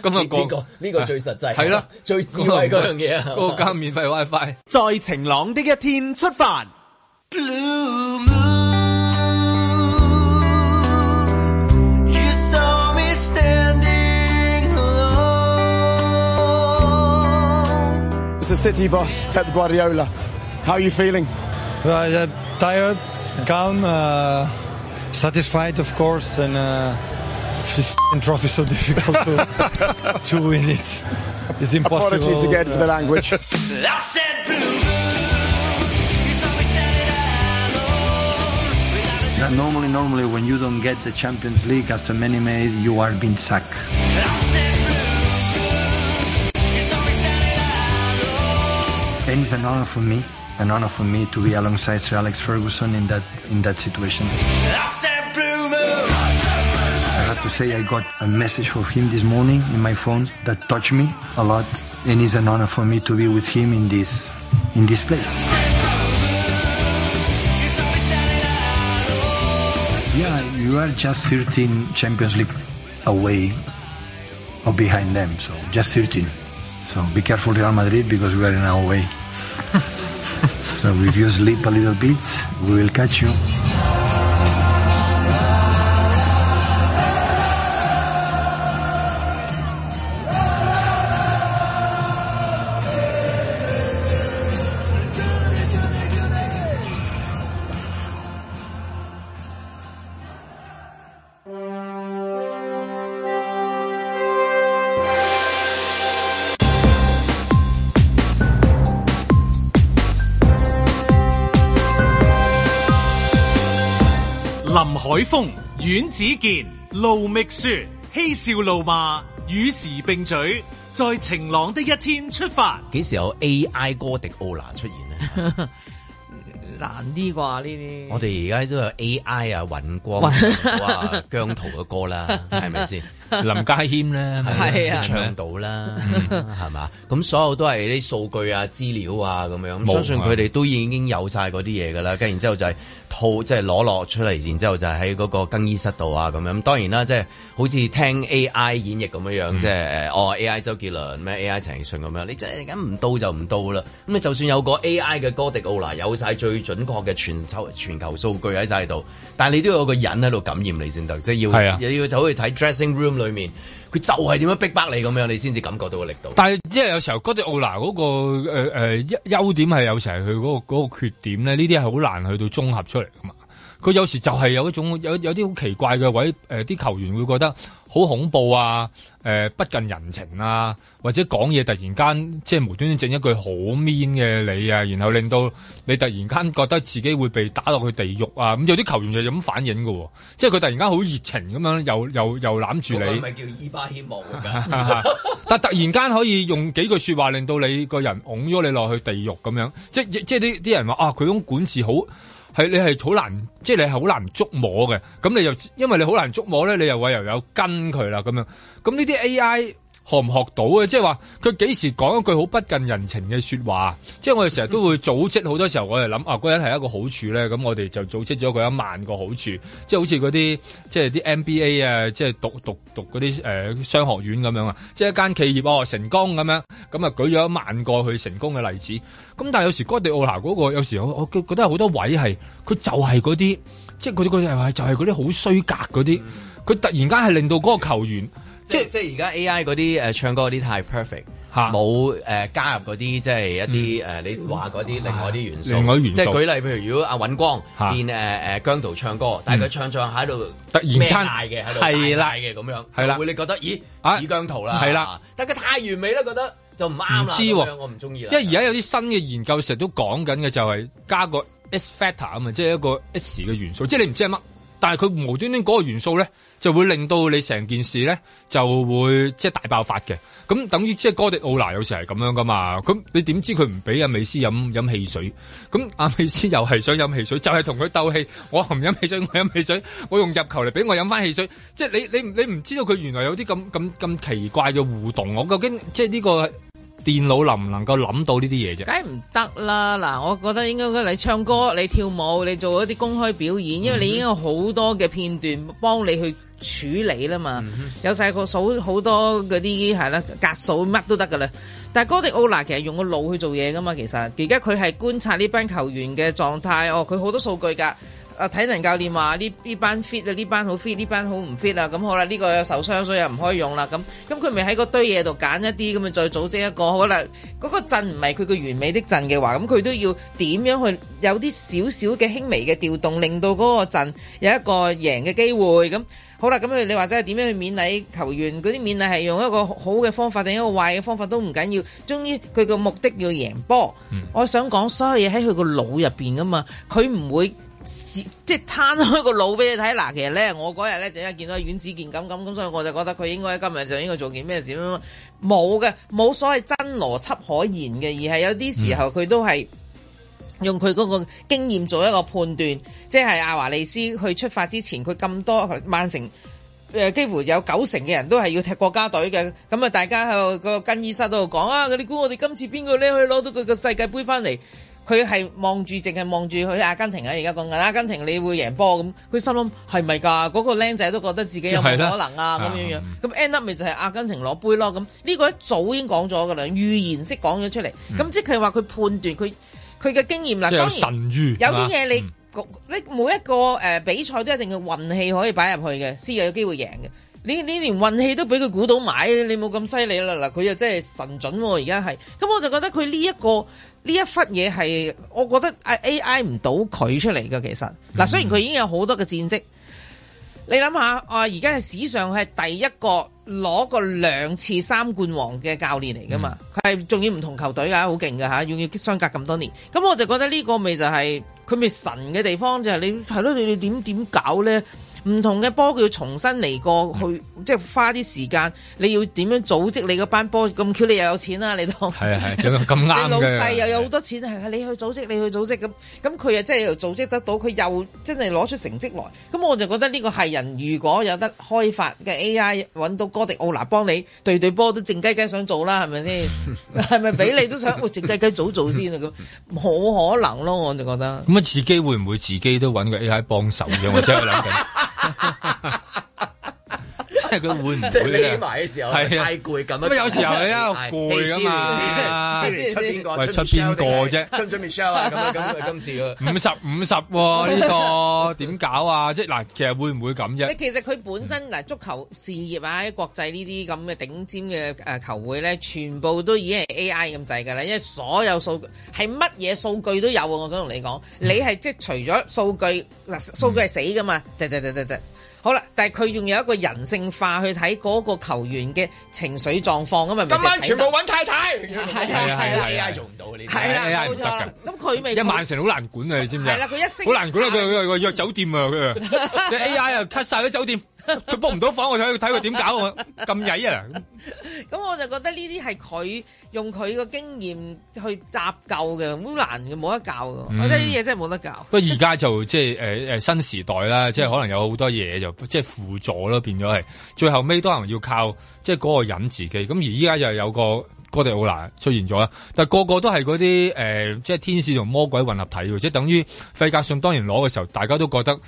C: 咁啊
E: 呢個
B: 呢個最實際
C: 係啦，
B: 最智慧嗰樣嘢啊
C: 嗰個監免費 WiFi。
E: 在晴朗的一天出發。
I: You saw me standing alone.
Q: It's a city boss, Pep Guardiola. How are you feeling?
R: Uh, yeah, tired, calm, uh, satisfied, of course, and uh, this f***ing trophy so difficult to, to win it. It's impossible.
Q: Apologies again for the language.
I: I said blue.
S: Now, Normally, normally, when you don't get the Champions League after many minutes, you are being sacked. And it's an honor for me an honor for me to be alongside Sir Alex Ferguson in that in that situation. I have to say I got a message from him this morning in my phone that touched me a lot, and it's an honor for me to be with him in this in this place. Yeah, you are just 13 Champions League away or behind them, so just 13. So be careful, Real Madrid, because we are in our way. so if you sleep a little bit, we will catch you.
A: 林海峰、阮子健、盧覓雪，嬉笑怒罵，與時並舉，在晴朗的一天出發。
B: 幾時有 AI 哥迪奧拿出現呢？
T: 難啲
D: 啊
T: 啩呢啲。
B: 我哋而家都有 AI 啊，尹光哇，姜濤嘅歌 啦，係咪先？
C: 林家謙咧，嗯
B: 係
C: 係
B: 啊，
C: 啊
B: 唱到啦，係嘛？咁所有都係啲數據啊、資料啊咁樣，
C: 冇
B: 相信佢哋都已經有晒嗰啲嘢噶啦。跟然之後就係套，即係攞落出嚟，然之後就係喺嗰個更衣室度啊咁樣。當然啦，即係好似聽 AI 演繹咁樣樣，即係誒哦 AI 周杰倫咩 AI 陳奕迅咁樣，你真係咁唔到就唔到啦。咁你就算有個 AI 嘅哥迪奧拿有晒最準確嘅全球全球數據喺晒度，但係你都要有個人喺度感染你先得，即係
C: 係
B: 要
C: 啊
B: 又要就好似睇 dressing room 裏面，佢就係點樣逼迫你咁樣，你先至感覺到個力度。
C: 但係即係有時候哥迪奧拿嗰、個誒誒優優點係有時係佢嗰個嗰、個缺點咧，呢啲係好難去到綜合出嚟噶嘛。佢有時就係有一種有有啲好奇怪嘅位，誒、呃啲球員會覺得好恐怖啊，誒、不近人情啊，或者講嘢突然間即係無端端整一句好 mean 嘅你啊，然後令到你突然間覺得自己會被打落去地獄啊，咁有啲球員就咁反應嘅喎、即係佢突然間好熱情咁樣又又又攬住
B: 嗰個
C: 你
B: 唔。係叫伊巴希望 㗎。
C: 但突然間可以用幾句説話令到你個人拱咗你落去地獄咁樣，即即係啲啲人話啊，佢種管治好係你係好難，即係你係好難捉摸嘅。咁你又因為你好難捉摸咧，你又話又有跟佢啦咁樣。咁呢啲 AI 學唔學到嘅？即係話佢幾時講一句好不近人情嘅説話？即係我哋成日都會組織好多時候，我哋諗啊，嗰人係一個好處咧，咁我哋就組織咗佢一萬個好處，即係好似嗰啲即係啲 MBA 啊，即係讀讀讀嗰啲誒商學院咁樣啊，即係一間企業哦成功咁樣，咁啊舉咗一萬個佢成功嘅例子。咁但係有時哥迪奧拿嗰、個，有時我我覺得有好多位係佢就係嗰啲，即係佢佢係就係嗰啲好衰格嗰啲，佢突然間係令到嗰個球員。
B: 即係即係而家 AI 嗰啲誒呃唱歌嗰啲太 perfect，冇誒加入嗰啲即係一啲誒你話嗰啲另外啲元素，
C: 嗯哦另外啲元素
B: 即係舉例，譬如如果阿尹光
C: 嚇嗯
B: 變誒誒姜濤唱歌，但係佢唱唱下喺度
C: 突然間
B: 咩嗌嘅喺度
C: 係啦
B: 嗌嘅咁樣，
C: 係啦啊
B: 就會你覺得咦似姜濤啦，
C: 係啦，
B: 但佢太完美啦，覺得就唔啱啦，
C: 唔知
B: 咁
C: 喎
B: 樣我唔中意啦，
C: 因為而家有啲新嘅研究成日都講緊嘅就係加個 S factor 啊嘛，即係一個 S 嘅元素，即係你唔知係乜，但係佢無端端嗰個元素咧，就會令到你成件事咧就會即係大爆發嘅。咁等於即係哥迪奧拿有時係咁樣噶嘛，咁你點知佢唔俾阿美斯飲飲汽水？咁阿美斯又係想飲汽水，就係同佢鬥氣。我唔飲汽水，我飲汽水，我用入球嚟俾我飲翻汽水。即係你你唔你唔知道佢原來有啲咁咁咁奇怪嘅互動。我究竟即係呢個電腦能唔能夠諗到呢啲嘢啫？
D: 梗係唔得啦！嗱，我覺得應該你唱歌、你跳舞、你做一啲公開表演，因為你已經有好多嘅片段幫你去處理啦嘛，
C: 嗯
D: 有晒個數好多嗰啲係啦，格數乜都得噶啦。但係哥迪奧拿其實用個腦去做嘢噶嘛，其實而家佢係觀察呢班球員嘅狀態，哦，佢好多數據㗎。啊！體能教練話呢呢班 fit 啊，呢班好 fit，呢班好唔 fit 啊，咁好啦，呢、個受傷所以又唔可以用啦，咁咁佢咪喺嗰堆嘢度揀一啲，咁咪再組織一個好啦。嗰、個陣唔係佢個完美的陣嘅話，咁佢都要點樣去有啲少少嘅輕微嘅調動，令到嗰個陣有一個贏嘅機會咁。好啦，咁你話真係點樣去勉勵球員？嗰啲勉勵係用一個好嘅方法定一個壞嘅方法都唔緊要，終於佢個目的要贏波。我想講所有嘢喺佢個腦入邊噶嘛，佢唔會。即係攤開個腦俾你睇，嗱，其實咧，我嗰日咧就因為見到阮子健咁咁，咁所以我就覺得佢應該今日就應該做件咩事咁樣
T: 嗯
D: 冇嘅，冇所謂真邏輯可言嘅，而係有啲時候佢都係用佢嗰個經驗做一個判斷，即係阿華利斯去出發之前，佢咁多曼城。誒、幾乎有九成嘅人都係要踢國家隊嘅，咁啊大家喺度個更衣室度講啊，你估我哋今次邊個咧可以攞到佢個世界盃翻嚟？佢係望住，淨係望住佢阿根廷啊！而家講緊阿根廷，你會贏波咁，佢心諗係咪㗎？嗰、個僆仔都覺得自己有冇
T: 係啦
D: 可能啊咁樣樣
T: 啊，
D: 咁 end up 咪就係阿根廷攞杯咯。咁呢個一早已經講咗㗎啦，預言式講咗出嚟，咁即係話佢判斷佢佢嘅經驗
C: 嗯
D: 啦。
C: 即係有
D: 當
C: 神諭啊
D: 然
C: 嗯
D: 有
C: 係嘛
D: 啲嘢你。你每一個誒、呃比賽都一定要運氣可以擺入去嘅，先有機會贏嘅。你你連運氣都俾佢估到買，你冇咁犀利啦！嗱，佢又真係神準喎、而家係。咁我就覺得佢呢一個呢一忽嘢係，我覺得哎 A I 唔到佢出嚟嘅其實。
C: 嗯
D: 嗱，雖然佢已經有好多嘅戰績，你諗下，啊而家係史上係第一個攞過兩次三冠王嘅教練嚟噶嘛，
C: 嗯
D: 佢係仲要唔同球隊啊，好勁噶嚇，仲要相隔咁多年，咁我就覺得呢個咪就係佢咪神嘅地方就係、你係咯，你你點點搞咧？唔同嘅波佢要重新嚟過，
C: 嗯
D: 去即係花啲時間，你要點樣組織你嗰班波？咁巧你又有錢啦，你當
C: 係啊係咁咁啱嘅
D: 你老細又有好多錢，係係你去組織，你去組織咁，咁佢又真係又組織得到，佢又真係攞出成績來。咁我就覺得呢個係人，如果有得開發嘅 AI 揾到哥迪奧拿幫你對對波都靜雞雞想做啦，係 咪先？係咪俾你都想？喂，靜雞雞早做先啊咁，冇可能咯，我就覺得。
C: 咁啊，自己會唔會自己都揾個 AI 幫手嘅？我真係 諗緊，即係佢會唔
B: 即係
C: 會
B: 匿
C: 啊
B: 埋嘅時候，
C: 係啊
B: 太攰咁。
C: 咁有時候你啊攰㗎嘛
B: 出邊個？
C: 喂出邊個啫
B: 出唔出 Michelle 啊？咁啊，咁啊今次個
C: 五十五十喎呢個點搞啊？即係嗱，其實會唔會咁啫
D: 你？其實佢本身嗱足球事業啊，喺國際呢啲咁嘅頂尖嘅誒球會咧，全部都已經係 AI 咁滯㗎啦，因為所有數據係乜嘢數據都有啊！我想同你講，
B: 嗯
D: 你係即係除咗數據嗱，數據係死㗎嘛，得得得得得。好啦，但係佢仲有一個人性化去睇嗰個球員嘅情緒狀況啊嘛，咪
B: 今晚
D: 就係睇
B: 全部
D: 到
B: 揾太太，係
D: 係啊係啊係啊
B: AI 做唔到呢啲。
D: 係啦，
C: AI
D: 冇
C: 唔得
D: 錯啦。咁佢咪
C: 一曼城好難管啊，你知唔知啊？
D: 係啦佢一識
C: 好難管啊！佢佢佢約酒店啊， 佢啊即係 AI 又 cut 晒咗酒店，佢 book 唔到房，我睇佢睇佢點搞我咁曳啊！
D: 咁我就覺得呢啲係佢用佢個經驗去搭救嘅，好難嘅，冇得教嘅。
C: 嗯
D: 我覺得呢啲嘢真係冇得教。
C: 不過而家就即係誒誒新時代
D: 嗯
C: 啦，即係可能有好多嘢就即係輔助咯，變咗係最後尾都可能要靠即係嗰個人自己。咁而依家就有個哥迪奧拿出現咗啦，但係個個都係嗰啲誒即係天使同魔鬼混合體喎，即係等於費格遜當年攞嘅時候，大家都覺得。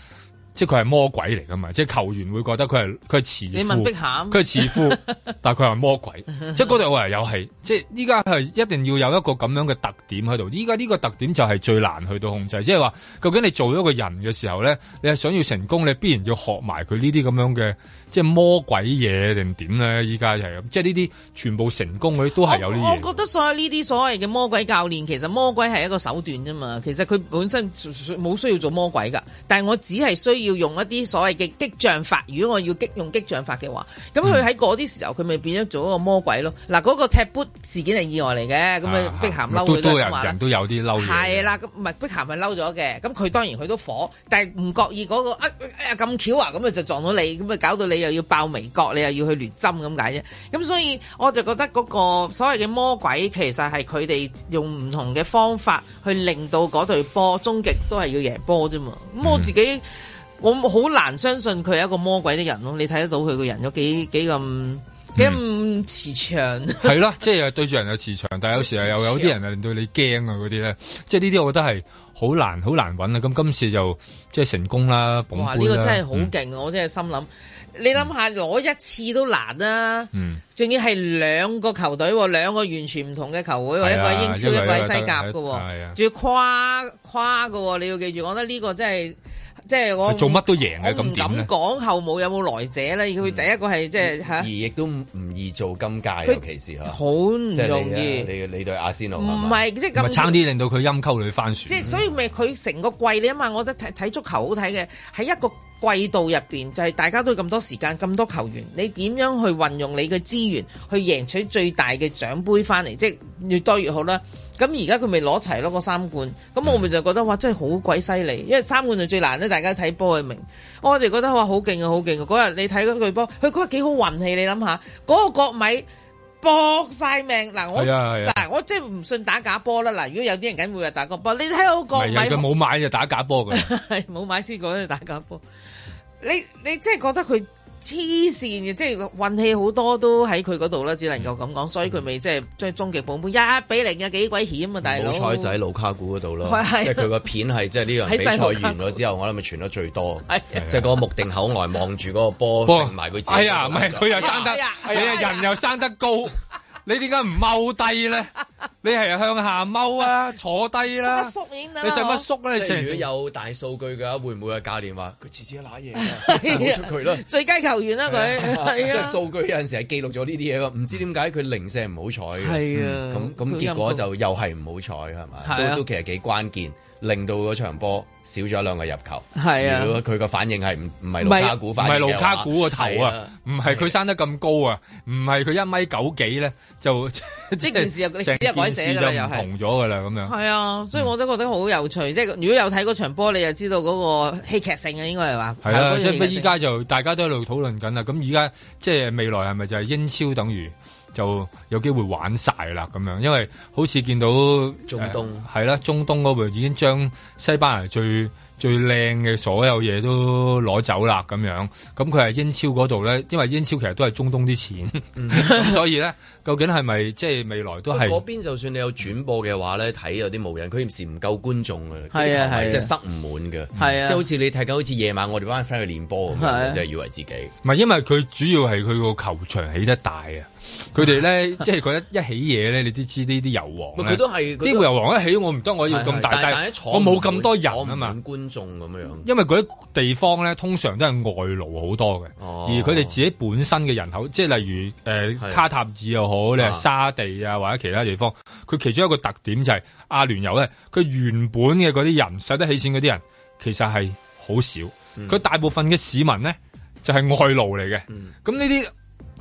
C: 即係佢係魔鬼嚟噶嘛？即係球員會覺得佢係佢係慈父，
D: 你問碧咸
C: 佢係慈 父，但係佢係魔鬼。即係嗰度我又係，即係依家係一定要有一個咁樣嘅特點喺度。依家呢個特點就係最難去到控制，即係話究竟你做咗個人嘅時候咧，你係想要成功，你必然要學埋佢呢啲咁樣嘅即係魔鬼嘢定點咧？依家就係咁，即係呢啲全部成功嗰啲都係有呢
D: 我
C: 啲嘢。
D: 覺得所有呢啲所謂嘅魔鬼教練，其實魔鬼係一個手段啫嘛。其實佢本身冇需要做魔鬼㗎，但係我只係需要用一啲所謂嘅激將法。如果我要激用激將法嘅話，咁
C: 嗯
D: 佢喺嗰啲時候佢咪變咗做一個魔鬼咯。嗱，嗰個踢 boot 事件係意外嚟嘅，咁啊碧咸嬲
C: 都
D: 佢
C: 都
D: 都
C: 有
D: 話啦
C: 人。都有啲嬲嘢。
D: 係啦，咁唔係碧咸係嬲咗嘅，咁佢當然佢都火，但係唔覺意嗰、個啊啊咁巧啊，咁啊就撞到你，咁啊搞到你又要爆眉角，你又要去亂針咁解啫。咁所以我就覺得嗰個所謂嘅魔鬼其實係佢哋用唔同嘅方法去令到嗰隊波，終極都係要贏波啫嘛。
C: 嗯
D: 咁我自己。我好難相信佢係一個魔鬼的人咯，你睇得到佢個人有幾幾咁幾咁慈祥。
C: 嗯係啦，即係對住人有磁場，但係有時候又有啲人啊令到你驚啊嗰啲咧，即係呢啲我覺得係好難好難揾啦。啊咁今次就即係成功啦，捧
D: 哇！
C: 杯
D: 呢、
C: 啦。
D: 個真係好
C: 嗯
D: 勁，啊！我真係心諗，你諗下攞一次都難啦、
C: 嗯
D: 仲要係兩個球隊喎，兩個完全唔同嘅球會喎，
C: 係
D: 一個
C: 啊
D: 喺英超，
C: 一個
D: 一個喺
C: 喺
D: 西甲嘅
C: 係啊
D: 喎，仲要跨跨嘅喎，你要記住，我覺得呢個真係即係我
C: 佢做乜都
B: 啊
C: 贏嘅
D: 我唔
C: 咁點咧
D: 敢？講後冇有冇來者咧，佢第一個係即係嚇
B: 而，亦都唔易做今屆，
D: 佢
B: 尤其是嚇，
D: 好唔
B: 即係你
D: 容易
B: 啊你你對阿仙奴係
D: 唔
B: 嘛啊
D: 係即係
C: 咪
D: 咁
C: 差啲令到佢陰溝裏翻船。
D: 即係所以咪佢成個季你啊嘛，我覺得睇睇足球好睇嘅喺一個季度入邊，就係、大家都咁多時間、咁多球員，你點樣去運用你嘅資源去贏取最大嘅獎杯翻嚟，即係越多越好啦。咁而家佢咪攞齊咯個三冠，咁我咪就覺得哇真係好鬼犀利，因為三冠就最難咧，大家睇波去明。我哋覺得哇好勁啊，好勁啊！嗰日你睇嗰隊波，佢嗰日幾好運氣，你諗下嗰個國米。搏晒命嗱，我
C: 係啊係啊
D: 嗱我真係唔信打假波啦嗱，如果有啲人梗會話打假波，你睇我
C: 唔
D: 個
C: 係啊
D: 米
C: 佢冇買就打假波㗎。
D: 係冇買先講你打假波。你你真係覺得佢黐線嘅，即係運氣好多都喺佢嗰度啦，只能
C: 嗯
D: 夠咁講，所以佢咪即係將終極保杯一比零啊，幾鬼險啊，大佬！
B: 好彩 就喺盧卡古嗰度咯，
D: 係係
B: 即係佢個片係即係呢樣比賽
D: 喺晒
B: 完咗之後，我諗咪傳得最多，即係嗰個目定口呆望住嗰個波，定埋佢自己。啊
C: 哎呀，唔係佢又生得，
D: 哎呀
C: 你啊人又生得高，你點解唔踎低 咧？你係向下踎啊，坐低啦。
D: 縮啊已經得
C: 你使乜縮咧？
B: 即係
C: 成
B: 如果
C: 日
B: 有大數據嘅話，會唔會個教練話佢次次揦嘢
D: 啊
B: 㗎？冇出佢啦。
D: 最佳球員啦佢，
B: 啊即
D: 係
B: 係
D: 啊。
B: 數據有陣時係記錄咗呢啲嘢㗎，唔知點解佢零舍唔好彩嘅。
T: 係
C: 嗯
T: 啊
B: 咁咁
T: 佢
B: 結果
T: 陰
B: 就又係唔好彩係
T: 係
B: 嘛？
T: 啊
B: 都都其實幾關鍵，令到嗰場波少咗兩個入球。
T: 係啊
B: 如果佢個反應係唔唔係
C: 唔
B: 盧卡古
C: 唔
B: 反應
C: 係
B: 嘅話
C: 盧卡古個頭
B: 係
C: 啊，唔係佢生得咁高啊，唔係佢一米九幾咧，就即係
D: 件事又歷史又改
C: 成件
D: 寫㗎啦
C: 事
D: 又係
C: 就唔同咗㗎啦，咁樣。
D: 係啊，所以我都覺得好有趣。即係如果有睇嗰場波，你就知道嗰個戲劇性啊，應該係話
C: 係啦，
D: 嗰種
C: 即
D: 戲
C: 係
D: 劇性
C: 依家就大家都喺度討論緊啦。咁而家即係未來係咪就係英超等於就有機會玩晒啦咁樣？因為好似見到中
B: 東
C: 係啦，中東嗰邊已經將西班牙最最靚嘅所有嘢都攞走啦咁樣。咁佢係英超嗰度咧，因為英超其實都係中東啲錢，咁 所以咧，究竟係咪即係未來都係？
B: 嗰邊就算你有轉播嘅話咧，睇有啲冇人，佢有時唔夠觀眾啊，
T: 係啊
B: 啲球迷
T: 係啊
B: 即係塞唔滿嘅，
T: 係啊
B: 即係好似你睇緊好似夜晚我哋班 friend 去練波咁
C: 係啊
B: 樣，即係以為自己。
C: 唔係，因為佢主要係佢個球場起得大啊！佢哋咧，即係佢一一起嘢咧，你都知呢啲油王呢
B: 佢都係佢都
C: 啲油王一起，我唔得，我要咁大，
B: 係係但係
C: 但
B: 一
C: 係
B: 坐
C: 我冇
B: 唔
C: 咁
B: 滿
C: 多人
B: 坐
C: 啊
B: 唔
C: 嘛
B: 滿。觀眾咁樣。
C: 因為嗰啲地方咧，通常都係外勞好多嘅，
B: 哦
C: 而佢哋自己本身嘅人口，即係例如誒、呃卡塔爾又好，你係
B: 啊
C: 沙地啊或者其他地方，佢其中一個特點就係、阿聯酋咧，佢原本嘅嗰啲人使得起錢嗰啲人，其實係好少，
B: 嗯
C: 佢、大部分嘅市民咧就係、外勞嚟嘅，
B: 嗯
C: 咁呢啲。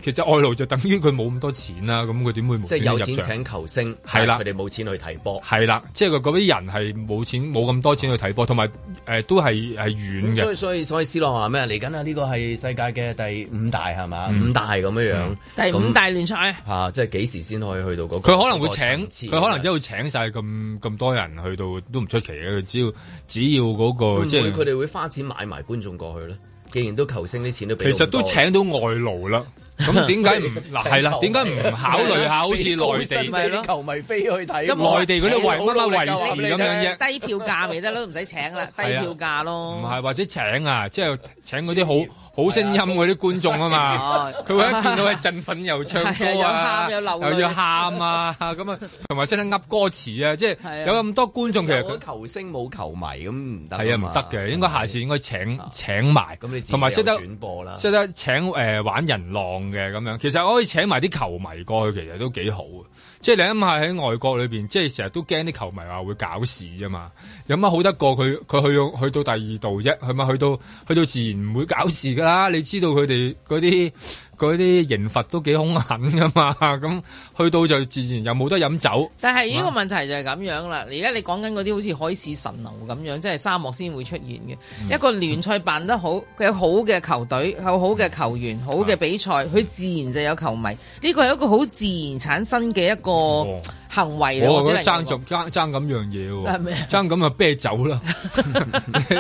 C: 其實外勞就等於佢冇咁多錢啦，咁佢點會無
B: 即
C: 端
B: 係
C: 端
B: 有
C: 入
B: 錢
C: 場
B: 請球星，
C: 係啦
B: 但係佢哋冇錢去睇波。
C: 係啦，即係佢嗰啲人係冇錢冇咁多錢去睇波，同埋誒都係係遠
B: 咁所
C: 嘅。
B: 以所以所以斯朗話咩嚟緊啊？呢個係世界嘅第五大係嘛？
C: 嗯
B: 五大咁樣樣，
D: 第五大聯賽啊。
B: 嚇、即係幾時先可以去到嗰、個？
C: 佢可能會
B: 嗰個層
C: 請，
B: 次
C: 佢可能真係會請晒咁咁多人去到都唔出奇嘅。佢只要只要嗰、
B: 會唔
C: 個
B: 會
C: 哦即
B: 佢
C: 係，
B: 哋會花錢買埋觀眾過去咧？既然都球星啲錢都俾
C: 其
B: 到
C: 實
B: 咁
C: 都
B: 多
C: 請到外勞啦。咁點解 唔嗱係啦？點解唔考慮下好似內地？
B: 啲球迷飛去睇
C: 咁內地嗰啲為 乜乜為事咁樣啫？
D: 低票價咪得咯，唔使請啦，低
C: 係啊
D: 票價
B: 哦
C: 唔
D: 咯。
C: 係或者請啊，即係請嗰啲好好聲音嗰啲觀眾啊嘛
D: 哦，
C: 佢會
B: 啊
C: 一見到係振奮又唱歌啊，
D: 係啊又喊又流淚
C: 又要喊啊咁啊，同埋識得噏歌詞啊，即係有咁多觀眾其實佢。
B: 球星冇球迷咁唔得
C: 係啊，唔
B: 嘛嗯啊
C: 得嘅，應該下次應該請請埋，
B: 咁你自己
C: 同埋識得
B: 有轉播啦
C: 識得請誒、呃玩人浪嘅咁樣。其實可以請埋啲球迷過去，其實都幾好啊。即係你諗下喺外國裏邊，即係成日都驚啲球迷話會搞事啫嘛。有乜好得過佢？佢去到去到第二度啫，係咪去到去到自然唔會搞事噶啦？你知道佢哋嗰啲嗰啲刑罰都幾兇狠噶嘛？咁去到就自然又冇得飲酒。
D: 但係
C: 啊
D: 呢個問題就係咁樣啦，而家你講緊嗰啲好似海市蜃樓咁樣，即係沙漠先會出現嘅。
C: 嗯
D: 一個聯賽辦得好，佢有好嘅球隊，有好嘅球員，
C: 嗯
D: 好嘅比賽，佢自然就有球迷。呢個係一個好自然產生嘅一個行為嚟
C: 哦我
D: 只
C: 覺得
D: 能
C: 爭
D: 夠
C: 就爭爭咁樣嘢
D: 爭咩
C: 喎，爭咁啊啤酒啦！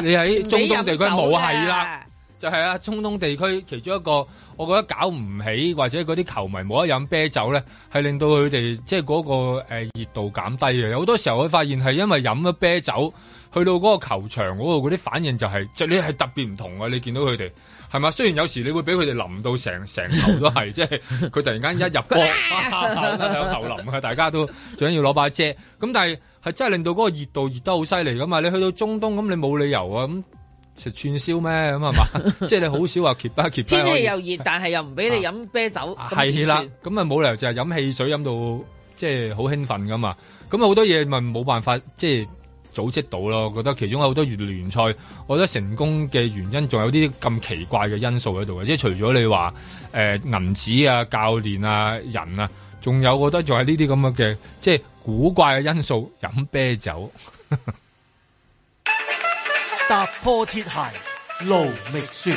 C: 你喺中東地區冇係啦，就係啊，中東地區其中一個，我覺得搞唔起或者嗰啲球迷冇得飲啤酒咧，係令到佢哋即係嗰個誒熱度減低嘅。有好多時候佢發現係因為飲咗啤酒，去到嗰個球場嗰度嗰啲反應就係、就你係特別唔同啊！你見到佢哋。係嘛？雖然有時你會俾佢哋淋到成成頭都係，即係佢突然間一入波，哇有頭淋啊！大家都最緊要攞把遮。咁但係係真係令到嗰個熱度熱得好犀利噶嘛？你去到中東咁，你冇理由啊咁食串燒咩咁係嘛？ 即係你好少話揭巴揭巴
D: 天
C: 可
D: 氣
C: 以。
D: 又熱，但係又唔俾你飲啤酒，咁點
C: 係啦
D: 算，
C: 咁啊冇理由就係飲汽水飲到即係好興奮噶嘛，咁好多嘢咪冇辦法即係組織到咯。覺得其中有好多聯聯賽，我覺得成功嘅原因仲有啲咁奇怪嘅因素喺度嘅，即係除咗你話誒、銀紙啊、教練啊、人啊，仲有我覺得仲係呢啲咁嘅即係古怪嘅因素，飲啤酒。
I: 踏破鐵鞋路未絕。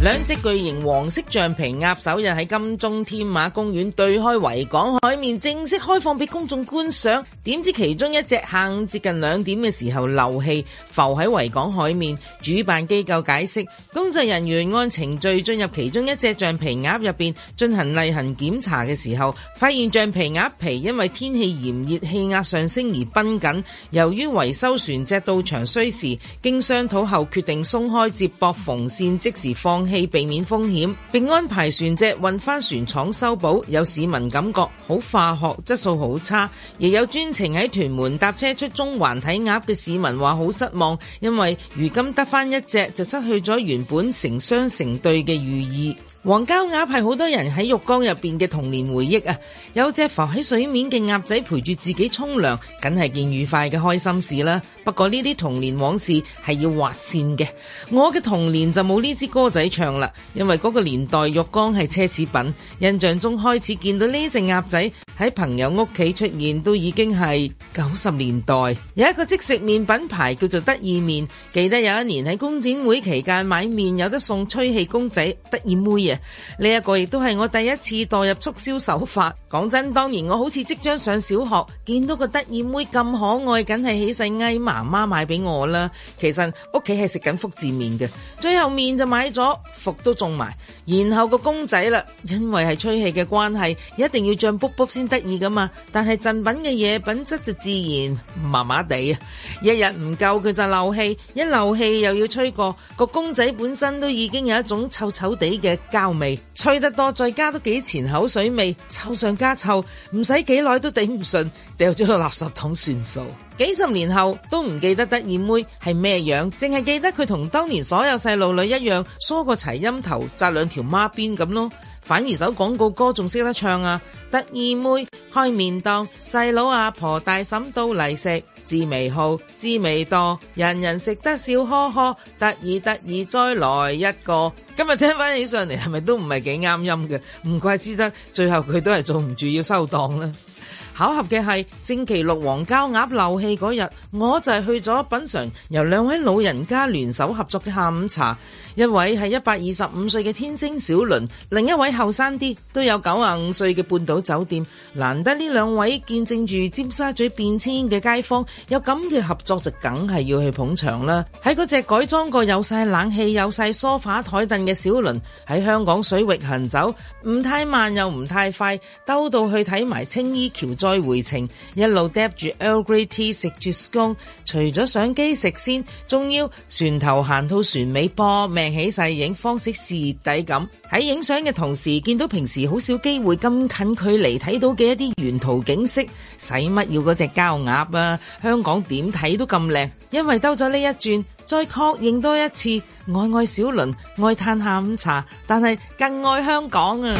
D: 兩隻巨型黃色橡皮鴨首日喺金鐘天馬公園對開維港海面正式開放俾公眾觀賞。點知其中一隻下午接近兩點嘅時候漏氣，浮喺維港海面。主辦機構解釋，工作人員按程序進入其中一隻橡皮鴨入邊進行例行檢查嘅時候，發現橡皮鴨皮因為天氣炎熱氣壓上升而繃緊。由於維修船隻到場需時，經商討後決定鬆開接駁縫線，即時放棄，避免風險，並安排船隻運返船廠修補。有市民感覺好化學，質素好差，亦有專程喺屯門搭車出中環睇鴨嘅市民話好失望，因為如今得返一隻就失去咗原本成雙成對嘅寓意。黃膠鴨係好多人喺浴缸入邊嘅童年回憶啊！有隻浮喺水面嘅鴨仔陪住自己沖涼，梗係件愉快嘅開心事啦。不過呢啲童年往事係要劃線嘅。我嘅童年就冇呢支歌仔唱啦，因為嗰個年代浴缸係奢侈品。印象中開始見到呢隻鴨仔喺朋友屋企出現，都已經係九十年代。有一個即食麵品牌叫做得意麵，記得有一年喺工展會期間買麵有得送吹氣公仔得意妹。啊呢一個亦都係我第一次代入促銷手法。講真，當年我好似即將上小學，見到個得意妹咁可愛，梗係起勢嗌媽媽買俾我啦。其實屋企係食緊福字麵嘅，最後麵就買咗，福都中埋，然後個公仔啦，因為係吹氣嘅關係，一定要脹卜卜先得意噶嘛。但係贈品嘅嘢品質就自然麻麻地啊，一日唔夠佢就漏氣，一漏氣又要吹過，個公仔本身都已經有一種臭臭地嘅膠味，吹得多再加多幾錢口水味，臭上加臭，唔使幾耐都頂唔順，掉咗個垃圾桶算數。幾十年後都唔記得得意妹係咩樣，淨係記得佢同當年所有細路女一樣，梳個齊陰頭，紮兩條孖辮咁咯。反而首廣告歌仲識得唱啊！得意妹開麵檔，細佬阿婆大嬸都嚟食，滋味好，滋味多，人人食得笑呵呵，得意得意再來一個。今日聽翻起上嚟係咪都唔係幾啱音嘅？唔怪之得，最後佢都係做唔住要收檔啦。巧合嘅係，星期六黃膠鴨漏氣嗰日，我就係去咗品嚐由兩位老人家聯手合作嘅下午茶。一位係一百二十五歲嘅天星小輪，另一位後生啲都有九十五歲嘅半島酒店。難得呢兩位見證住尖沙咀變遷嘅街坊有咁嘅合作，就梗係要去捧場啦。喺嗰隻改裝過有晒冷氣、有晒梳化台凳嘅小輪，喺香港水域行走，唔太慢又唔太快，兜到去睇埋青衣橋再再回程，一路嗒住 Earl Grey Tea 食住 scone，除咗相機食先，仲要船頭行到船尾，搏命起勢影，方式是底咁。喺影相嘅同時，見到平時好少機會咁近距離睇到嘅一啲沿途景色，使乜要嗰隻膠鴨啊？香港點睇都咁靚，因為兜咗呢一轉，再確認多一次，我愛小輪，愛嘆下午茶，但係更愛香港啊！